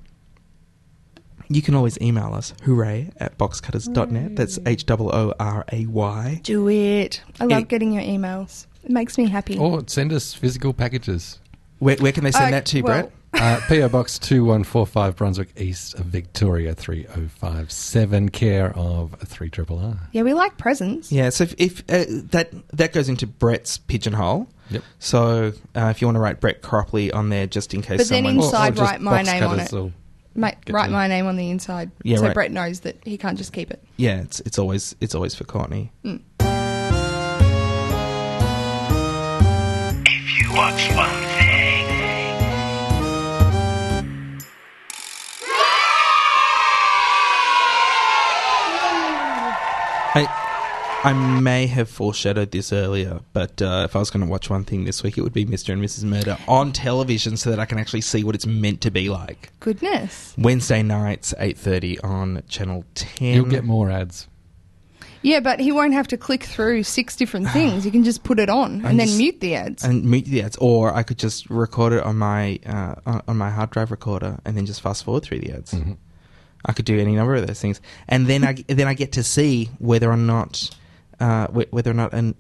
Speaker 1: you can always email us, hooray at boxcutters.net. That's H O O R A Y.
Speaker 2: do it i love
Speaker 1: Any-
Speaker 2: getting your emails it makes me happy
Speaker 3: Or send us physical packages.
Speaker 1: Where, where can they Oh, send
Speaker 2: Uh,
Speaker 1: that to,
Speaker 2: well,
Speaker 1: Brett?
Speaker 3: Uh, PO Box two one four five Brunswick East Victoria three zero five seven care of three triple R.
Speaker 2: Yeah, we like presents.
Speaker 1: Yeah, so if, if uh, that that goes into Brett's pigeonhole.
Speaker 3: Yep.
Speaker 1: So uh, if you want to write Brett Cropley on there, just in case
Speaker 2: But then
Speaker 1: someone
Speaker 2: in- Inside, write my name on it.
Speaker 3: Or,
Speaker 2: Mate,
Speaker 3: Good
Speaker 2: write
Speaker 3: to know.
Speaker 2: my name on the inside,
Speaker 1: Yeah,
Speaker 2: so
Speaker 1: right.
Speaker 2: Brett knows that he can't just keep it.
Speaker 1: yeah, it's it's always it's always for Courtney.
Speaker 12: If you watch one thing,
Speaker 1: I, I may have foreshadowed this earlier, but uh, if I was going to watch one thing this week, it would be Mr. and Mrs. Murder on television, so that I can actually see what it's meant to be like.
Speaker 2: Goodness.
Speaker 1: Wednesday nights, eight thirty on Channel Ten.
Speaker 3: you'll get more ads.
Speaker 2: Yeah, but he won't have to click through six different things. You can just put it on
Speaker 1: I'm
Speaker 2: and then
Speaker 1: just-
Speaker 2: mute the ads.
Speaker 1: and mute the ads, or I could just record it on my uh, on- on my hard drive recorder and then just fast forward through the ads.
Speaker 2: Mm-hmm.
Speaker 1: I could do any number of those things, and then I then I get to see whether or not uh, wh- whether or not an,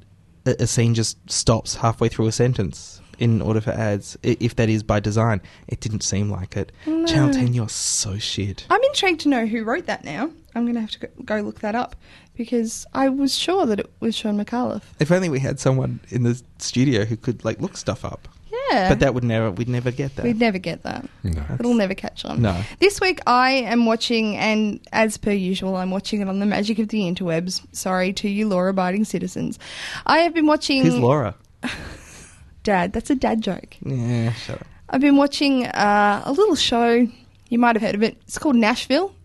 Speaker 1: a, a scene just stops halfway through a sentence in order for ads, i- if that is by design. It didn't seem like it. Channel
Speaker 2: No.
Speaker 1: 10, you're so shit.
Speaker 2: I'm intrigued to know who wrote that now. I'm going to have to go- go look that up because I was sure that it was Sean McAuliffe.
Speaker 1: If only we had someone in the studio who could like look stuff up.
Speaker 2: Yeah.
Speaker 1: But that would never, we'd never get that.
Speaker 2: We'd never get that.
Speaker 1: No.
Speaker 2: It'll never catch on.
Speaker 1: No.
Speaker 2: This week I am watching, and as per usual, I'm watching it on the magic of the interwebs. Sorry to you, law abiding citizens. I have been watching.
Speaker 1: Who's Laura?
Speaker 2: Dad. That's a dad joke.
Speaker 1: Yeah, shut up.
Speaker 2: I've been watching uh, a little show. You might have heard of it. It's called Nashville.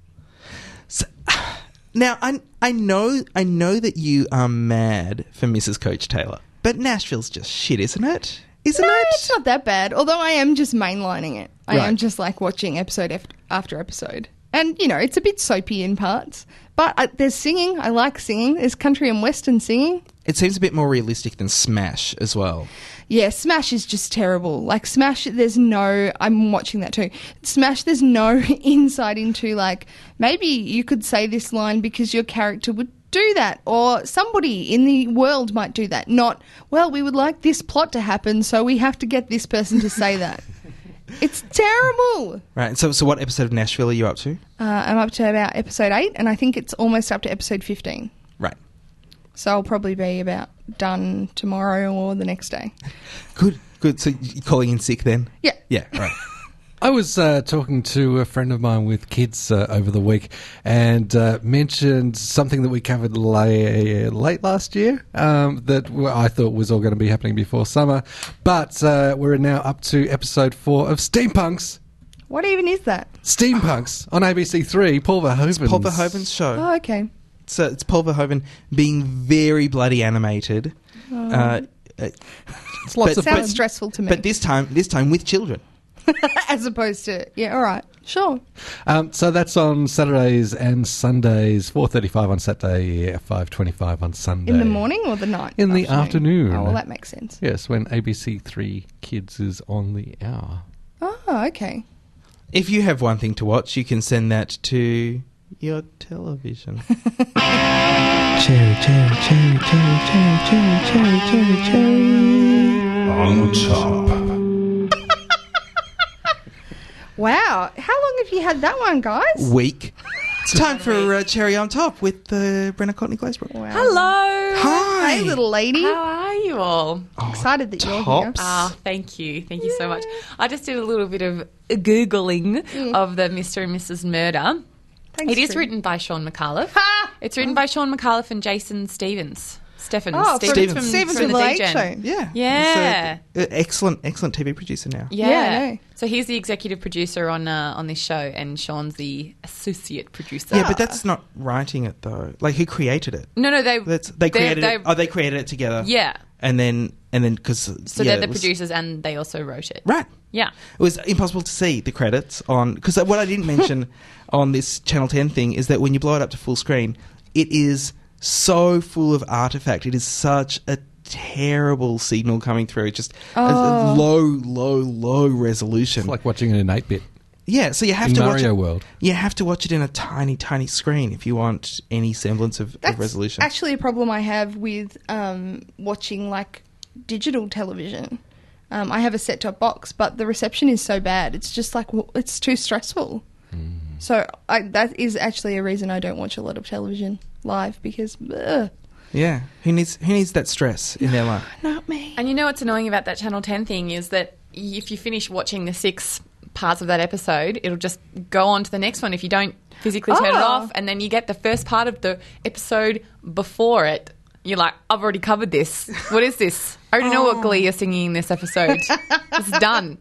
Speaker 1: Now I I know I know that you are mad for Mrs. Coach Taylor, but Nashville's just shit, isn't it? Isn't
Speaker 2: no,
Speaker 1: it?
Speaker 2: it's not that bad. Although I am just mainlining it. I am
Speaker 1: Right.
Speaker 2: just like watching episode af- after episode. And, you know, it's a bit soapy in parts. But I, there's singing. I like singing. There's country and western singing.
Speaker 1: It seems a bit more realistic than Smash as well.
Speaker 2: Yeah, Smash is just terrible. Like Smash, there's no. I'm watching that too. Smash, there's no insight into like maybe you could say this line because your character would do that, or somebody in the world might do that. Not well, we would like this plot to happen, so we have to get this person to say that. it's terrible.
Speaker 1: Right. So so what episode of Nashville are you up to?
Speaker 2: Uh, I'm up to about episode eight, and I think it's almost up to episode fifteen.
Speaker 1: Right.
Speaker 2: So I'll probably be about done tomorrow or the next day.
Speaker 1: Good. Good. So you're calling in sick then?
Speaker 2: Yeah.
Speaker 1: Yeah. Right.
Speaker 3: I was uh, talking to a friend of mine with kids uh, over the week and uh, mentioned something that we covered late, late last year um, that w- I thought was all going to be happening before summer. But uh, we're now up to episode four of Steampunks.
Speaker 2: What even is that?
Speaker 3: Steampunks on ABC3, Paul Verhoeven's.
Speaker 1: Paul Verhoeven's show.
Speaker 2: Oh, okay.
Speaker 1: So it's Paul Verhoeven being very bloody animated.
Speaker 2: Oh.
Speaker 1: Uh, uh,
Speaker 3: it's
Speaker 2: lots of Sounds fun. stressful to me.
Speaker 1: But this time, this time with children.
Speaker 2: As opposed to yeah, all right, sure.
Speaker 3: Um, so that's on Saturdays and Sundays, 4.35 on Saturday, 5.25 on Sunday.
Speaker 2: In the morning or the night?
Speaker 3: In the afternoon.
Speaker 2: Oh, well, that makes sense.
Speaker 3: Yes, when ABC3 Kids is on the hour.
Speaker 2: Oh, okay.
Speaker 1: If you have one thing to watch, you can send that to your television.
Speaker 12: Cherry, cherry, cherry, cherry, cherry, cherry, cherry, cherry, cherry. On top.
Speaker 2: Wow, how long have you had that one, guys?
Speaker 1: Week. It's time for uh, Cherry on Top with uh, Brenna Courtney Glazebrook.
Speaker 4: Hello.
Speaker 1: Hi.
Speaker 2: Hey, little lady.
Speaker 4: How are you all?
Speaker 2: Excited that you're here.
Speaker 1: tops.
Speaker 4: Ah, thank you. Thank you so much. I just did a little bit of Googling of the Mr. and Mrs. Murder.
Speaker 2: Thanks,
Speaker 4: it is
Speaker 2: Trudy.
Speaker 4: written by Sean McAuliffe. It's written by Sean McAuliffe and Jason Stevens. Stevens.
Speaker 2: Oh, from-
Speaker 4: Stevens.
Speaker 2: from- Stevens from
Speaker 4: the
Speaker 2: the Late
Speaker 4: Big Gen.
Speaker 2: Show.
Speaker 1: Yeah.
Speaker 4: Yeah.
Speaker 1: So, uh, excellent, excellent TV producer now.
Speaker 4: Yeah.
Speaker 2: Yeah, I know.
Speaker 4: So he's the executive producer on uh, on this show, and Sean's the associate producer.
Speaker 1: Yeah, but that's not writing it though. Like who created it?
Speaker 4: no, no. They
Speaker 1: That's they
Speaker 4: they're-
Speaker 1: created.
Speaker 4: they-
Speaker 1: it, oh, they created it together.
Speaker 4: Yeah.
Speaker 1: and then and then because
Speaker 4: So they're the producers, and they also wrote it.
Speaker 1: right?
Speaker 4: Yeah.
Speaker 1: It was impossible to see the credits on because what I didn't mention on this Channel Ten thing is that when you blow it up to full screen, it is so full of artifact. It is such a terrible signal coming through. Just a- a
Speaker 2: Oh.
Speaker 1: low, low, low resolution.
Speaker 3: It's like watching it in 8 bit.
Speaker 1: Yeah, so you have
Speaker 3: In
Speaker 1: to watch
Speaker 3: Mario
Speaker 1: it.
Speaker 3: World.
Speaker 1: You have to watch it in a tiny, tiny screen if you want any semblance of,
Speaker 2: That's
Speaker 1: of resolution.
Speaker 2: actually a problem I have with um, watching like digital television. Um, I have a set-top box, but the reception is so bad. It's just like w- it's too stressful. So I, that is actually a reason I don't watch a lot of television live because ugh,
Speaker 1: yeah, who needs who needs that stress in their life?
Speaker 2: not me.
Speaker 4: And you know what's annoying about that Channel 10 thing is that if you finish watching the six parts of that episode, it'll just go on to the next one if you don't physically turn it
Speaker 2: Oh.
Speaker 4: off. And then you get the first part of the episode before it. You're like, I've already covered this. What is this? I already
Speaker 2: Oh.
Speaker 4: know what Glee are singing in this episode. it's done.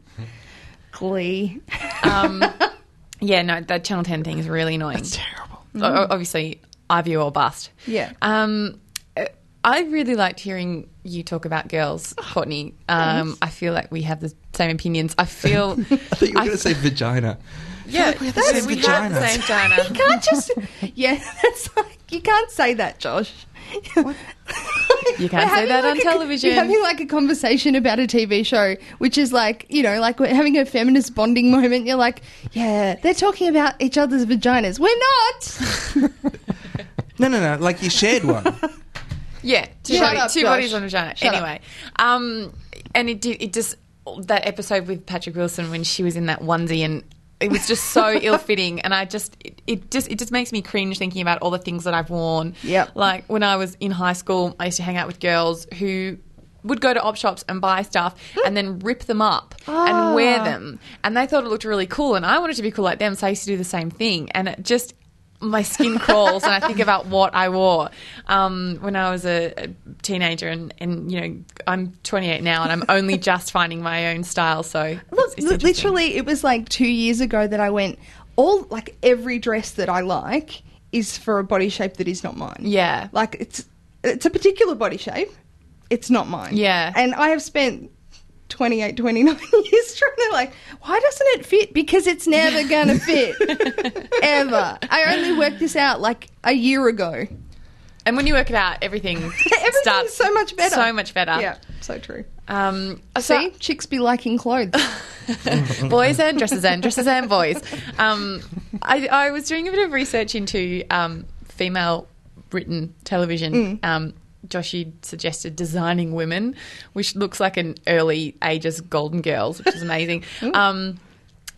Speaker 2: Glee.
Speaker 4: Um, yeah, no, that Channel 10 thing is really annoying. It's terrible. Obviously, I view or bust.
Speaker 2: Yeah.
Speaker 4: Um, uh, I really liked hearing you talk about girls,
Speaker 1: Oh,
Speaker 4: Courtney. Um, I feel like we have the same opinions. I feel,
Speaker 1: I thought you were
Speaker 4: I-
Speaker 1: going to say vagina.
Speaker 4: yeah,
Speaker 1: we have the same
Speaker 4: we have the
Speaker 1: vaginas.
Speaker 4: same vagina.
Speaker 2: You can't just yeah. That's like you can't say that, Josh.
Speaker 4: You
Speaker 2: We're
Speaker 4: can't say
Speaker 2: having
Speaker 4: that
Speaker 2: like
Speaker 4: on
Speaker 2: a-
Speaker 4: television.
Speaker 2: We're having like a conversation about a TV show, which is like you know, like we're having a feminist bonding moment. You're like, yeah, they're talking about each other's vaginas. We're not.
Speaker 1: No, no, no. Like you shared one.
Speaker 4: Yeah, two,
Speaker 2: Shut
Speaker 4: body-
Speaker 2: up,
Speaker 4: two
Speaker 2: Josh.
Speaker 4: bodies on a vagina.
Speaker 2: Shut up.
Speaker 4: anyway, um, and it did. It just that episode with Patrick Wilson when she was in that onesie and. It was just so ill-fitting, and I just it, it just it just makes me cringe thinking about all the things that I've worn. Yeah, like when I was in high school, I used to hang out with girls who would go to op shops and buy stuff and then rip them up and wear
Speaker 13: Ah.
Speaker 4: them, and they thought it looked really cool, and I wanted to be cool like them, so I used to do the same thing, and it just my skin crawls and I think about what I wore um, when I was a, a teenager and, and you know I'm 28 now and I'm only just finding my own style so
Speaker 2: Look, li- literally, it was like two years ago that I went, all like every dress that I like is for a body shape that is not mine.
Speaker 4: Yeah.
Speaker 2: Like it's it's a particular body shape. It's not mine.
Speaker 4: Yeah.
Speaker 2: And I have spent 28, 29 years trying to like, why doesn't it fit? Because it's never going to fit. Ever. I only worked this out like a year ago.
Speaker 4: and when you work it out everything
Speaker 2: Everything's
Speaker 4: starts
Speaker 2: so much better.
Speaker 4: so much better
Speaker 2: Yeah. So true.
Speaker 4: um, so
Speaker 2: See, chicks be liking clothes.
Speaker 4: boys and dresses and dresses and boys. Um, I, I was doing a bit of research into um, female written television.
Speaker 2: Mm.
Speaker 4: Um, Josh, you suggested designing women, which looks like an early ages Golden Girls, which is amazing. um,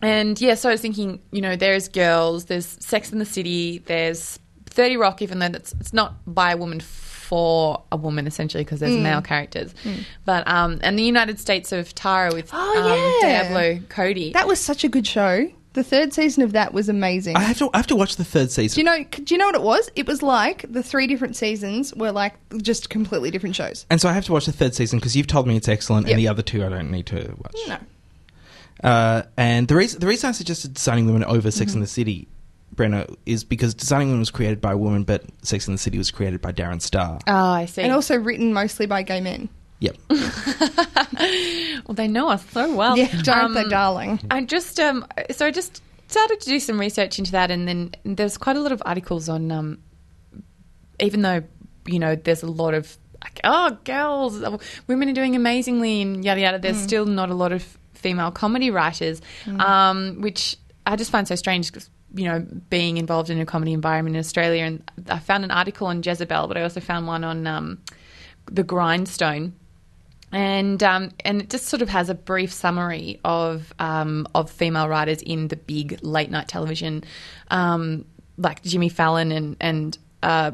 Speaker 4: and yeah, so I was thinking, you know, there's girls, there's Sex in the City, there's Thirty Rock, even though that's it's not by a woman for a woman essentially because there's
Speaker 13: Mm.
Speaker 4: male characters,
Speaker 13: Mm.
Speaker 4: but um, and the United States of Tara with
Speaker 2: Oh,
Speaker 4: um,
Speaker 2: yeah.
Speaker 4: Diablo Cody.
Speaker 2: That was such a good show. The third season of that was amazing.
Speaker 1: I have to. I have to watch the third
Speaker 2: do
Speaker 1: season.
Speaker 2: you know? Do you know what it was? It was like the three different seasons were like just completely different shows.
Speaker 1: and so I have to watch the third season because you've told me it's excellent,
Speaker 2: Yep.
Speaker 1: and the other two I don't need to watch.
Speaker 2: No,
Speaker 1: Uh, and the reason the reason I suggested Designing Women over Sex
Speaker 2: Mhm.
Speaker 1: in the City, Brenna, is because Designing Women was created by a woman, but Sex in the City was created by Darren Star.
Speaker 4: Oh, I see.
Speaker 2: and also written mostly by gay men.
Speaker 1: Yep.
Speaker 4: well, they know us so well. Um,
Speaker 2: Yeah, don't they, darling?
Speaker 4: I just um, so I just started to do some research into that, and then there's quite a lot of articles on um, even though you know there's a lot of like, oh girls, oh, women are doing amazingly and yada yada. There's
Speaker 13: Mm.
Speaker 4: still not a lot of female comedy writers,
Speaker 13: Mm.
Speaker 4: um, which I just find so strange. 'cause, you know, being involved in a comedy environment in Australia, and I found an article on Jezebel, but I also found one on um, the Grindstone, and um, and it just sort of has a brief summary of um, of female writers in the big late night television, um, like Jimmy Fallon and and uh,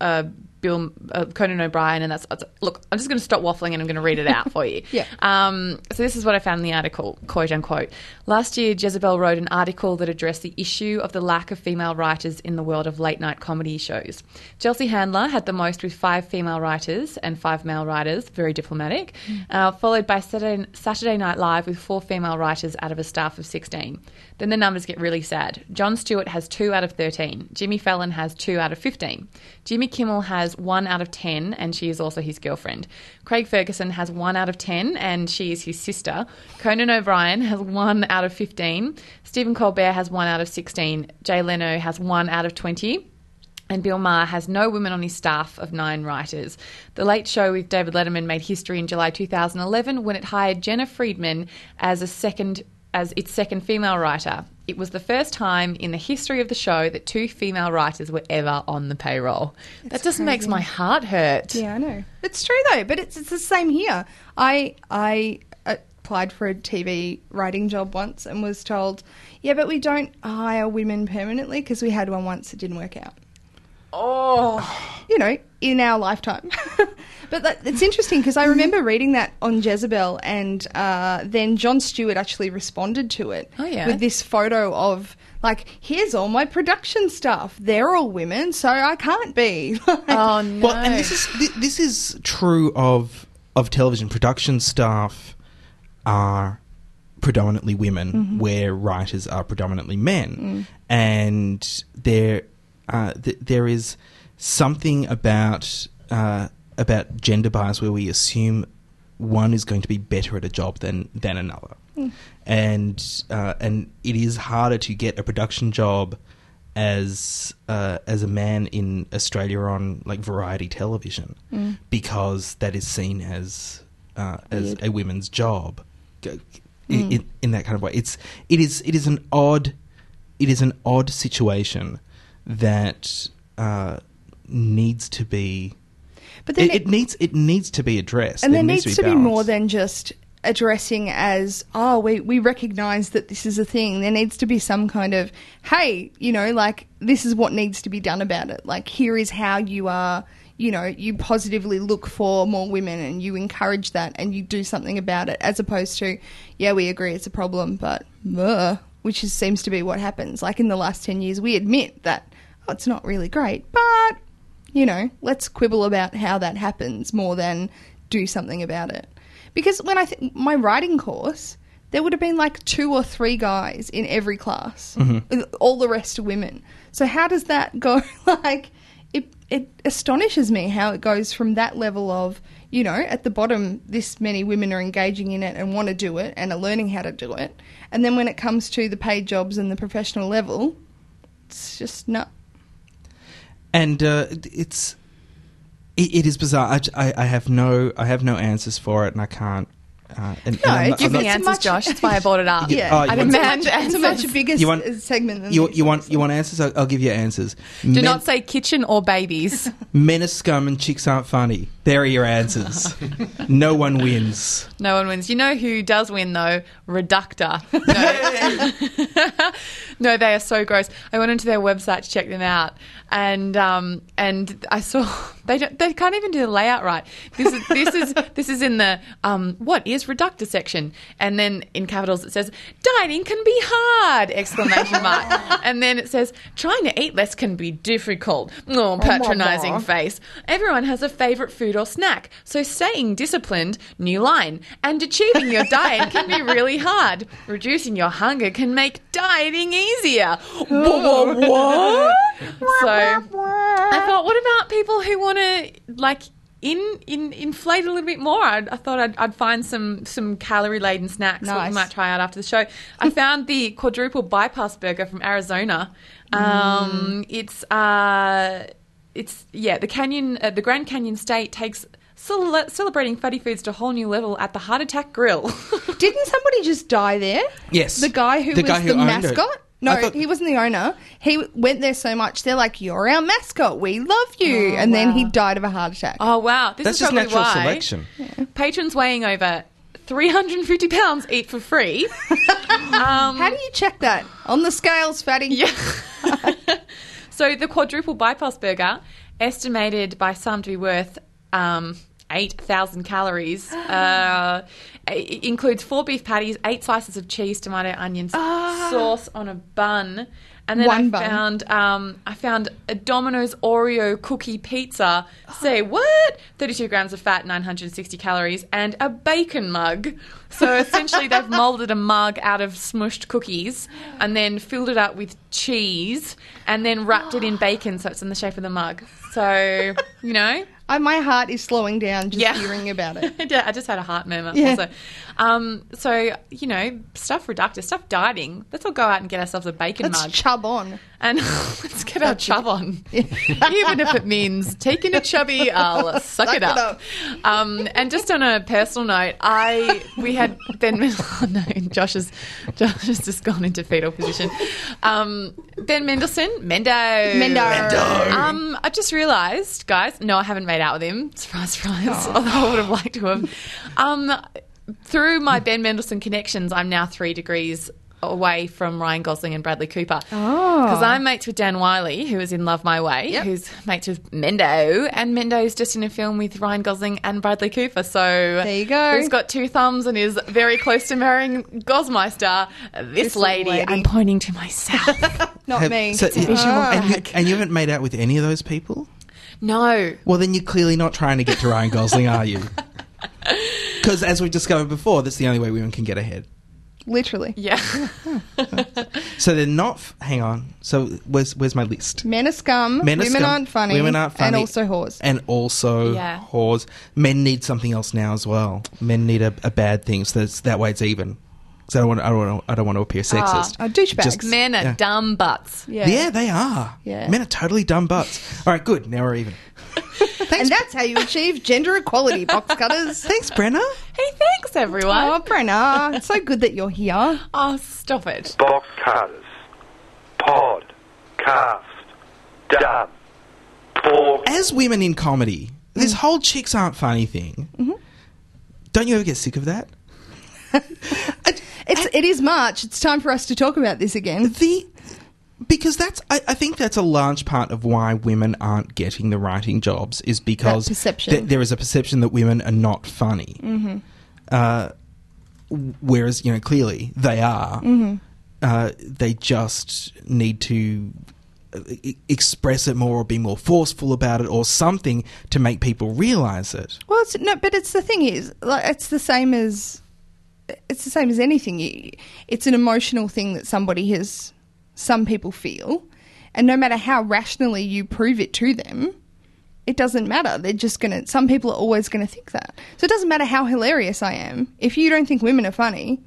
Speaker 4: uh, Bill uh, Conan O'Brien, and that's, that's look. I'm just going to stop waffling and I'm going to read it out for you.
Speaker 13: Yeah.
Speaker 4: Um, so this is what I found in the article, quote unquote. Last year, Jezebel wrote an article that addressed the issue of the lack of female writers in the world of late night comedy shows. Chelsea Handler had the most with five female writers and five male writers, very diplomatic,
Speaker 13: Mm.
Speaker 4: uh, followed by Saturday, Saturday Night Live with four female writers out of a staff of 16. Then the numbers get really sad. Jon Stewart has two out of 13. Jimmy Fallon has two out of 15. Jimmy Kimmel has one out of 10, and she is also his girlfriend. Craig Ferguson has one out of 10, and she is his sister. Conan O'Brien has one out of 15. Stephen Colbert has one out of 16. Jay Leno has one out of 20. And Bill Maher has no women on his staff of nine writers. The Late Show with David Letterman made history in July 2011 when it hired Jenna Friedman as a second as its second female writer. It was the first time in the history of the show that two female writers were ever on the payroll. that just makes
Speaker 2: crazy.
Speaker 4: my heart hurt.
Speaker 2: Yeah, I know. It's true though, but it's it's the same here. I I applied for a TV writing job once and was told, yeah, but we don't hire women permanently because we had one once that didn't work out.
Speaker 4: Oh,
Speaker 2: you know, in our lifetime. but that, it's interesting because I remember reading that on Jezebel, and uh, then John Stewart actually responded to it
Speaker 13: Oh, yeah.
Speaker 2: with this photo of like, here's all my production stuff. They're all women, so I can't be. oh
Speaker 4: no!
Speaker 1: Well, and this is thi- this is true of of television production staff are predominantly women,
Speaker 13: Mhm.
Speaker 1: where writers are predominantly men, and there uh, th- there is something about uh, about gender bias where we assume one is going to be better at a job than than another and uh, and it is harder to get a production job as uh, as a man in Australia on like variety television
Speaker 13: Mm.
Speaker 1: because that is seen as uh, as
Speaker 13: Weird.
Speaker 1: a women's job G- in,
Speaker 13: Mm.
Speaker 1: in, in that kind of way. It's it is it is an odd it is an odd situation that uh, needs to be
Speaker 2: But then
Speaker 1: it,
Speaker 2: it-
Speaker 1: it needs it needs to be addressed.
Speaker 2: And there needs, to be,
Speaker 1: balance.
Speaker 2: more than just addressing as, oh, we, we recognize that this is a thing. There needs to be some kind of, hey, you know, like, this is what needs to be done about it. Like, here is how you are, you know, you positively look for more women and you encourage that and you do something about it, as opposed to, yeah, we agree it's a problem, but, meh, which is, seems to be what happens. Like, in the last 10 years, we admit that, oh, it's not really great, but you know, let's quibble about how that happens more than do something about it. Because when I think my writing course, there would have been like two or three guys in every class,
Speaker 13: Mhm.
Speaker 2: with all the rest are women. So how does that go? like, it it astonishes me how it goes from that level of you know at the bottom this many women are engaging in it and want to do it and are learning how to do it, and then when it comes to the paid jobs and the professional level, it's just not
Speaker 1: and uh, it's it, it is bizarre. I, j- I- I have no I have no answers for it, and I can't. Uh, and, and I'm not-
Speaker 4: give
Speaker 1: I'm
Speaker 4: me
Speaker 1: not-
Speaker 4: answers, Josh. That's why I brought it up.
Speaker 1: Yeah. Oh, you
Speaker 4: I've
Speaker 1: want-
Speaker 4: been mad
Speaker 2: Uh, It's a much- it's a much
Speaker 4: answers.
Speaker 2: bigger
Speaker 1: You want-
Speaker 2: s- uh, segment than
Speaker 1: You,
Speaker 2: this.
Speaker 1: you want you want answers? I'll, I'll give you answers.
Speaker 4: Do
Speaker 1: men,
Speaker 4: not say kitchen or babies.
Speaker 1: men are scum and chicks aren't funny. There are your answers. no one wins.
Speaker 4: No one wins. You know who does win though? Reductor. No, no they are so gross. I went onto their website to check them out, and um, and I saw they don't, they can't even do the layout right. This is this is this is in the um, what is Reductor section, and then in capitals it says dining can be hard exclamation mark, and then it says trying to eat less can be difficult. Oh,
Speaker 13: my
Speaker 4: patronising
Speaker 13: God.
Speaker 4: face. Everyone has a favourite food or snack, so staying disciplined, new line, and achieving your diet can be really hard. Reducing your hunger can make dieting easier. Wha- wha- what? So I thought, what about people who want to like in, in inflate a little bit more? I, I thought I'd, I'd find some some calorie laden snacks that
Speaker 2: Nice.
Speaker 4: we might try out after the show. I found the quadruple bypass burger from Arizona. Um,
Speaker 2: Mm.
Speaker 4: It's uh, it's yeah, the canyon, uh, the Grand Canyon State takes. Cele- celebrating fatty foods to a whole new level at the Heart Attack Grill.
Speaker 2: Didn't somebody just die there?
Speaker 1: Yes.
Speaker 2: The guy who
Speaker 4: The
Speaker 2: was
Speaker 4: guy who
Speaker 2: the
Speaker 4: owned it.
Speaker 2: mascot? No,
Speaker 4: I thought-
Speaker 2: he wasn't the owner. He went there so much, they're like, you're our mascot. We love you.
Speaker 1: Oh,
Speaker 2: and then he died of a heart attack.
Speaker 1: Um,
Speaker 4: Oh, wow. This
Speaker 1: That's
Speaker 4: is
Speaker 1: just
Speaker 4: probably
Speaker 1: natural
Speaker 4: why
Speaker 1: selection.
Speaker 4: Patrons weighing over 350 pounds eat for free. um,
Speaker 2: How do you check that? On the scales, fatty.
Speaker 4: Yeah. so the quadruple bypass burger, estimated by some to be worth um, 8,000 calories, uh, it includes four beef patties, eight slices of cheese, tomato, onions, sauce on a bun. And then
Speaker 2: Ah. One
Speaker 4: I
Speaker 2: bun.
Speaker 4: found um, I found a Domino's Oreo cookie pizza. Say
Speaker 2: Uh-huh.
Speaker 4: what? Thirty two grams of fat, nine hundred and sixty calories, and a bacon mug. So essentially, they've molded a mug out of smushed cookies and then filled it up with cheese and then wrapped it in bacon, so it's in the shape of the mug. So you know,
Speaker 2: I, Oh, my heart is slowing down just
Speaker 4: Yeah.
Speaker 2: hearing about it.
Speaker 4: yeah, I just had a heart murmur.
Speaker 2: Yeah.
Speaker 4: Also, um, so you know, stuff reductive, stuff dieting. Let's all go out and get ourselves a bacon
Speaker 2: Let's
Speaker 4: mug
Speaker 2: chub on.
Speaker 4: and let's get our chub on. Even if it means taking a chubby, I'll suck,
Speaker 2: Suck it
Speaker 4: it up. Um, and just on a personal note, I we had Ben. Mendel- Oh no, Josh has Josh has just gone into fetal position. Um, ben Mendelsohn, Mendo,
Speaker 2: Mendo. Mendo.
Speaker 4: Um, I just realised, guys. No, I haven't made out with him. Surprise, surprise.
Speaker 2: Oh.
Speaker 4: Although I would have liked to have. Um, through my Ben Mendelsohn connections, I'm now three degrees away from Ryan Gosling and Bradley Cooper.
Speaker 2: Oh.
Speaker 4: Because I'm mates with Dan Wiley, who is in Love My Way, who's mates with Mendo, and Mendo's just in a film with Ryan Gosling and Bradley Cooper. So there
Speaker 2: you go.
Speaker 4: Who's got two thumbs and is very close to marrying Gosmeister. This,
Speaker 2: This
Speaker 4: lady,
Speaker 2: lady.
Speaker 4: I'm pointing to myself.
Speaker 2: Not
Speaker 1: Have-
Speaker 2: me.
Speaker 1: so-
Speaker 2: It's a visual
Speaker 1: and, you,
Speaker 2: gag.
Speaker 1: and you haven't made out with any of those people.
Speaker 4: no.
Speaker 1: Well, then you're clearly not trying to get to Ryan Gosling, are you? Because as we've discovered before, that's the only way women can get ahead.
Speaker 2: Literally.
Speaker 4: Yeah.
Speaker 1: So they're not. F- hang on. So where's where's my list?
Speaker 2: Men are scum.
Speaker 1: Men are
Speaker 2: women
Speaker 1: scum,
Speaker 2: aren't funny.
Speaker 1: Women aren't funny.
Speaker 2: And also whores.
Speaker 1: And also
Speaker 2: Yeah.
Speaker 1: whores. Men need something else now as well. Men need a, a bad thing, so that's, that way it's even. Because I don't want. I don't want. I don't want to appear sexist.
Speaker 2: Oh, douchebags.
Speaker 1: Just-
Speaker 4: Men are
Speaker 1: yeah.
Speaker 4: dumb butts.
Speaker 1: Yeah. they are.
Speaker 2: Yeah.
Speaker 1: Men are totally dumb butts. All right, good. Now we're even.
Speaker 2: And that's how you achieve gender equality, box cutters.
Speaker 1: Thanks, Brenna.
Speaker 4: Hey, thanks, everyone.
Speaker 2: Oh, Brenna. It's so good that you're here.
Speaker 4: Oh, stop it.
Speaker 14: Box cutters. Pod. Cast. Done.
Speaker 1: As women in comedy, this
Speaker 2: Mm.
Speaker 1: whole chicks aren't funny thing.
Speaker 2: Mm-hmm.
Speaker 1: Don't you ever get sick of that?
Speaker 2: It's, it is March. It's time for us to talk about this again.
Speaker 1: The Because that's, I, I think that's a large part of why women aren't getting the writing jobs is because
Speaker 2: perception.
Speaker 1: th- there is a perception that women are not funny.
Speaker 2: hmm
Speaker 1: Uh, w- whereas, you know, clearly they are.
Speaker 2: Mhm.
Speaker 1: Uh, they just need to uh, e- express it more or be more forceful about it or something to make people realize it.
Speaker 2: Well, it's, no, but it's the thing is, like, it's the same as it's the same as anything. You, it's an emotional thing that somebody has, some people feel, and no matter how rationally you prove it to them, it doesn't matter. They're just gonna. Some people are always gonna think that. So it doesn't matter how hilarious I am. If you don't think women are funny,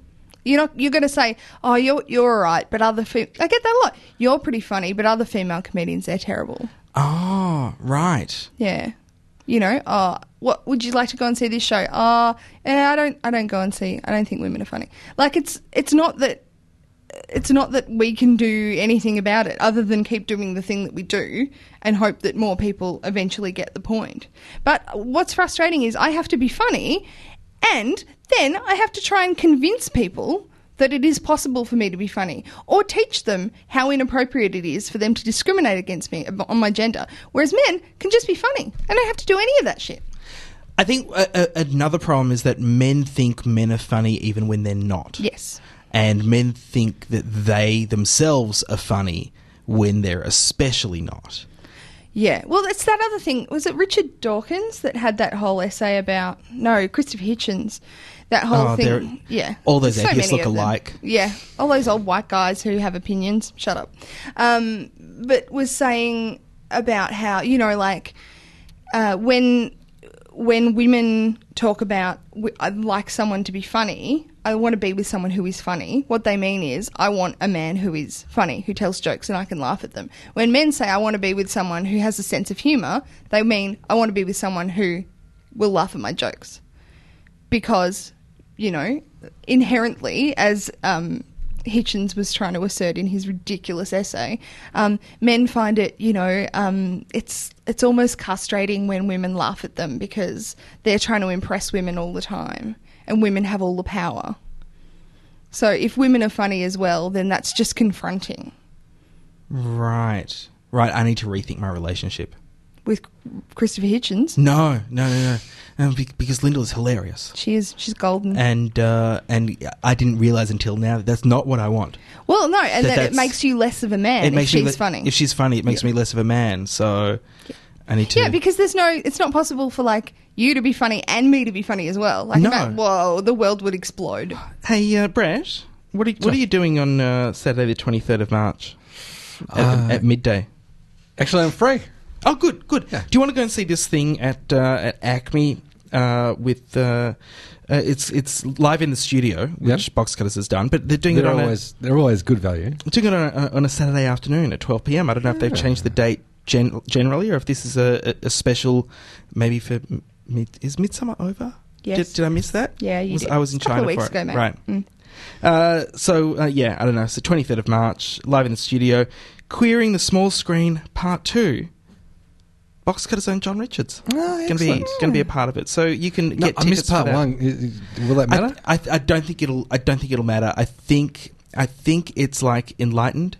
Speaker 2: you're not. You're gonna say, "Oh, you're you're all right," but other. Fe-, I get that a lot. You're pretty funny, but other female comedians they're terrible.
Speaker 1: Oh, right.
Speaker 2: Yeah. You know, oh, what would you like to go and see this show? Oh, eh, I don't I don't go and see. I don't think women are funny. Like it's it's not that it's not that we can do anything about it other than keep doing the thing that we do and hope that more people eventually get the point. But what's frustrating is I have to be funny and then I have to try and convince people that it is possible for me to be funny or teach them how inappropriate it is for them to discriminate against me ab- on my gender. Whereas men can just be funny. I don't have to do any of that shit.
Speaker 1: I think uh, uh, another problem is that men think men are funny even when they're not.
Speaker 2: Yes.
Speaker 1: And men think that they themselves are funny when they're especially not.
Speaker 2: Yeah. Well, it's that other thing. Was it Richard Dawkins that had that whole essay about? No, Christopher Hitchens. That whole
Speaker 1: Oh, they're-
Speaker 2: thing. Yeah.
Speaker 1: all those
Speaker 2: There's so
Speaker 1: atheists
Speaker 2: many
Speaker 1: look
Speaker 2: of them.
Speaker 1: alike.
Speaker 2: Yeah. All those old white guys who have opinions. Shut up. Um, but was saying about how you know, like uh, when when women talk about "W- I'd like someone to be funny, I want to be with someone who is funny. What they mean is I want a man who is funny, who tells jokes and I can laugh at them. When men say I want to be with someone who has a sense of humor, they mean I want to be with someone who will laugh at my jokes. Because, you know, inherently, as um, Hitchens was trying to assert in his ridiculous essay, um, men find it, you know, um, it's it's almost castrating when women laugh at them because they're trying to impress women all the time, and women have all the power. So if women are funny as well, then that's just confronting
Speaker 1: Right. Right. I need to rethink my relationship.
Speaker 2: with Christopher Hitchens.
Speaker 1: No, no, no, no. Um, be- because Linda is hilarious.
Speaker 2: She is she's golden.
Speaker 1: And uh, and I didn't realize until now that that's not what I want.
Speaker 2: well, no, and
Speaker 1: That-
Speaker 2: that, it
Speaker 1: that's-
Speaker 2: makes you less of a man if
Speaker 1: me
Speaker 2: she's
Speaker 1: le-
Speaker 2: funny.
Speaker 1: If she's funny, it makes me less of a man. So I need to.
Speaker 2: Yeah, because there's no, it's not possible for like you to be funny and me to be funny as well. Like,
Speaker 1: No.
Speaker 2: ima- whoa, the world would explode.
Speaker 1: Hey, uh, Brett, what are, what are you doing on uh, Saturday, the 23rd of March at,
Speaker 3: Uh,
Speaker 1: at midday?
Speaker 3: Actually, I'm free.
Speaker 1: Oh, good, good. Do you want to go and see this thing at uh, at Acme uh, with. Uh, uh, it's it's live in the studio, which Box Cutters has done, but they're doing
Speaker 3: They're
Speaker 1: it on
Speaker 3: always they're always good value.
Speaker 1: a, doing it on a, on a Saturday afternoon at twelve pm. I don't know if they've
Speaker 3: Yeah.
Speaker 1: changed the date gen- generally, or if this is a, a, a special, maybe for m- mid- is midsummer over?
Speaker 2: Yes.
Speaker 1: Did, did I miss that?
Speaker 2: Yeah, you
Speaker 1: Was-
Speaker 2: did.
Speaker 1: I was in
Speaker 2: A couple
Speaker 1: China
Speaker 2: of
Speaker 1: for
Speaker 2: weeks
Speaker 1: it.
Speaker 2: ago, mate.
Speaker 1: Right.
Speaker 2: Mm.
Speaker 1: Uh, so uh, yeah, I don't know. It's the twenty third of March, live in the studio, queering the small screen, part two. Box Cutter's own John Richards. gonna be
Speaker 3: excellent.
Speaker 1: gonna be a part of it. So you can
Speaker 3: No,
Speaker 1: get
Speaker 3: I missed
Speaker 1: tickets for
Speaker 3: part
Speaker 1: that.
Speaker 3: one. I- I- Will that matter?
Speaker 1: I, I, I don't think it'll. I don't think it'll matter. I think. I think it's like Enlightened.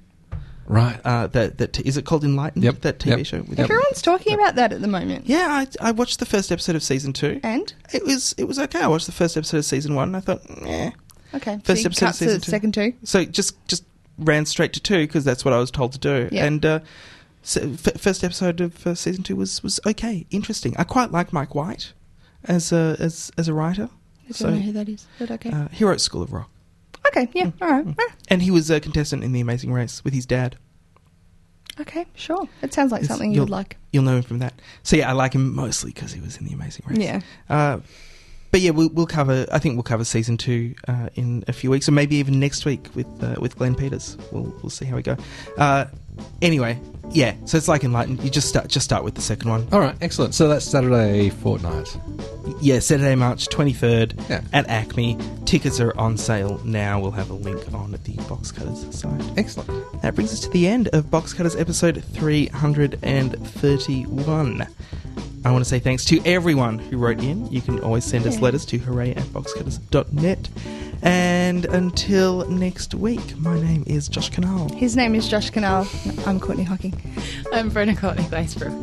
Speaker 3: Right.
Speaker 1: Uh, that that t- is it called Enlightened?
Speaker 3: Yep.
Speaker 1: That TV
Speaker 3: Yep.
Speaker 1: show. with-
Speaker 2: Everyone's talking about that at the moment.
Speaker 1: Yeah, I, I watched the first episode of season two.
Speaker 2: And
Speaker 1: It was it was okay. I watched the first episode of season one. And I thought, eh.
Speaker 2: okay,
Speaker 1: First
Speaker 2: so you
Speaker 1: episode
Speaker 2: cut
Speaker 1: of season
Speaker 2: to
Speaker 1: two.
Speaker 2: second two.
Speaker 1: So just just ran straight to two because that's what I was told to do.
Speaker 2: Yeah.
Speaker 1: And uh, so f- first episode of uh, season two was was okay, interesting. I quite like Mike White as a as as a writer.
Speaker 2: I don't
Speaker 1: So
Speaker 2: know who that is, but okay,
Speaker 1: uh, mm, he wrote School of Rock,
Speaker 2: okay, yeah, all right, Ah,
Speaker 1: and he was a contestant in The Amazing Race with his dad.
Speaker 2: okay, sure. It sounds like
Speaker 1: It's-
Speaker 2: something you
Speaker 1: you'll-
Speaker 2: would like.
Speaker 1: You'll know him from that. So yeah, I like him mostly because he was in The Amazing Race.
Speaker 2: Yeah.
Speaker 1: Uh, but yeah, we'll, we'll cover. I think we'll cover season two uh, in a few weeks, or maybe even next week with uh, with Glenn Peters. We'll we'll see how we go. Uh, anyway, yeah. So it's like Enlightened. You just start just start with the second one.
Speaker 3: All right, excellent. So that's Saturday fortnight.
Speaker 1: Yeah, Saturday, March twenty third
Speaker 3: Yeah.
Speaker 1: at Acme. Tickets are on sale now. We'll have a link on the Box Cutters site.
Speaker 3: Excellent.
Speaker 1: That brings us to the end of Box Cutters episode 331. I want to say thanks to everyone who wrote in. You can always send us
Speaker 2: Yeah.
Speaker 1: letters to hooray at boxcutters.net. And until next week, my name is Josh Canal.
Speaker 2: His name is Josh Canal. I'm Courtney Hocking.
Speaker 4: I'm Brenda Courtney Glazebrook.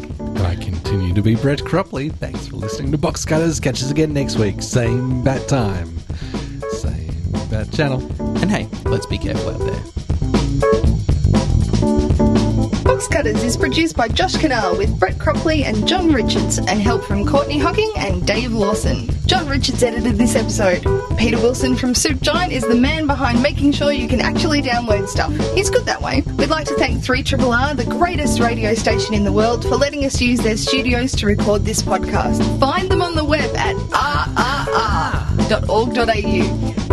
Speaker 3: I continue to be Brett Cropley. Thanks for listening to Box Cutters. Catch us again next week. Same bat time, same bat channel.
Speaker 1: And hey, let's be careful out there.
Speaker 2: Box Cutters is produced by Josh Canal with Brett Cropley and John Richards and help from Courtney Hocking and Dave Lawson. John Richards edited this episode. Peter Wilson from Soup Giant is the man behind making sure you can actually download stuff. He's good that way. We'd like to thank 3RRR, the greatest radio station in the world, for letting us use their studios to record this podcast. Find them on the web at rrr.org.au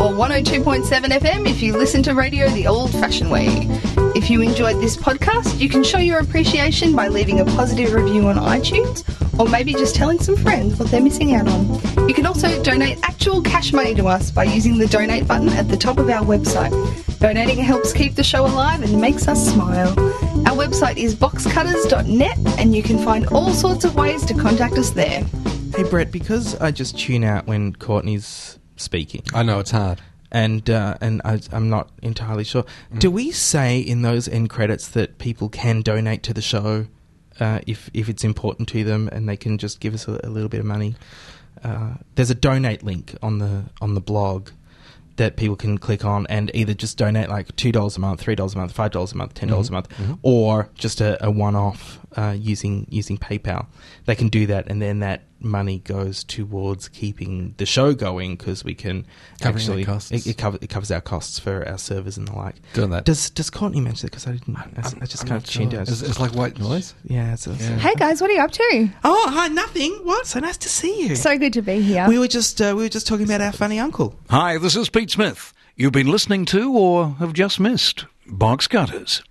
Speaker 2: or 102.7 FM if you listen to radio the old fashioned way. If you enjoyed this podcast, you can show your appreciation by leaving a positive review on iTunes or maybe just telling some friends what they're missing out on. You can also donate actual cash money to us by using the donate button at the top of our website. Donating helps keep the show alive and makes us smile. Our website is boxcutters.net and you can find all sorts of ways to contact us there.
Speaker 1: Hey, Brett, because I just tune out when Courtney's speaking.
Speaker 3: I know it's hard.
Speaker 1: And uh, and I, I'm not entirely sure. Do we say in those end credits that people can donate to the show uh, if if it's important to them, and they can just give us a, a little bit of money? Uh, there's a donate link on the on the blog that people can click on and either just donate like two dollars a month, three dollars a month, five dollars a month, ten dollars
Speaker 3: Mhm.
Speaker 1: a month,
Speaker 3: Mhm.
Speaker 1: or just a, a one-off uh, using using PayPal. They can do that, and then that money goes towards keeping the show going because we can
Speaker 3: Covering
Speaker 1: actually
Speaker 3: the costs.
Speaker 1: It, it, cover, it covers our costs for our servers and the like.
Speaker 3: Doing that.
Speaker 1: Does Does Courtney mention it? Because I didn't. I, s- I just
Speaker 3: I'm
Speaker 1: kind of
Speaker 3: not
Speaker 1: tuned
Speaker 3: sure.
Speaker 1: out.
Speaker 3: It's, it's like white noise.
Speaker 1: yeah, it's, it's-
Speaker 2: Hey guys, what are you up to?
Speaker 1: Oh, hi, nothing. What? So nice to see you.
Speaker 2: So good to be here.
Speaker 1: we were just uh, we were just talking about our funny uncle.
Speaker 13: Hi, this is Pete Smith. You've been listening to or have just missed Box Cutters.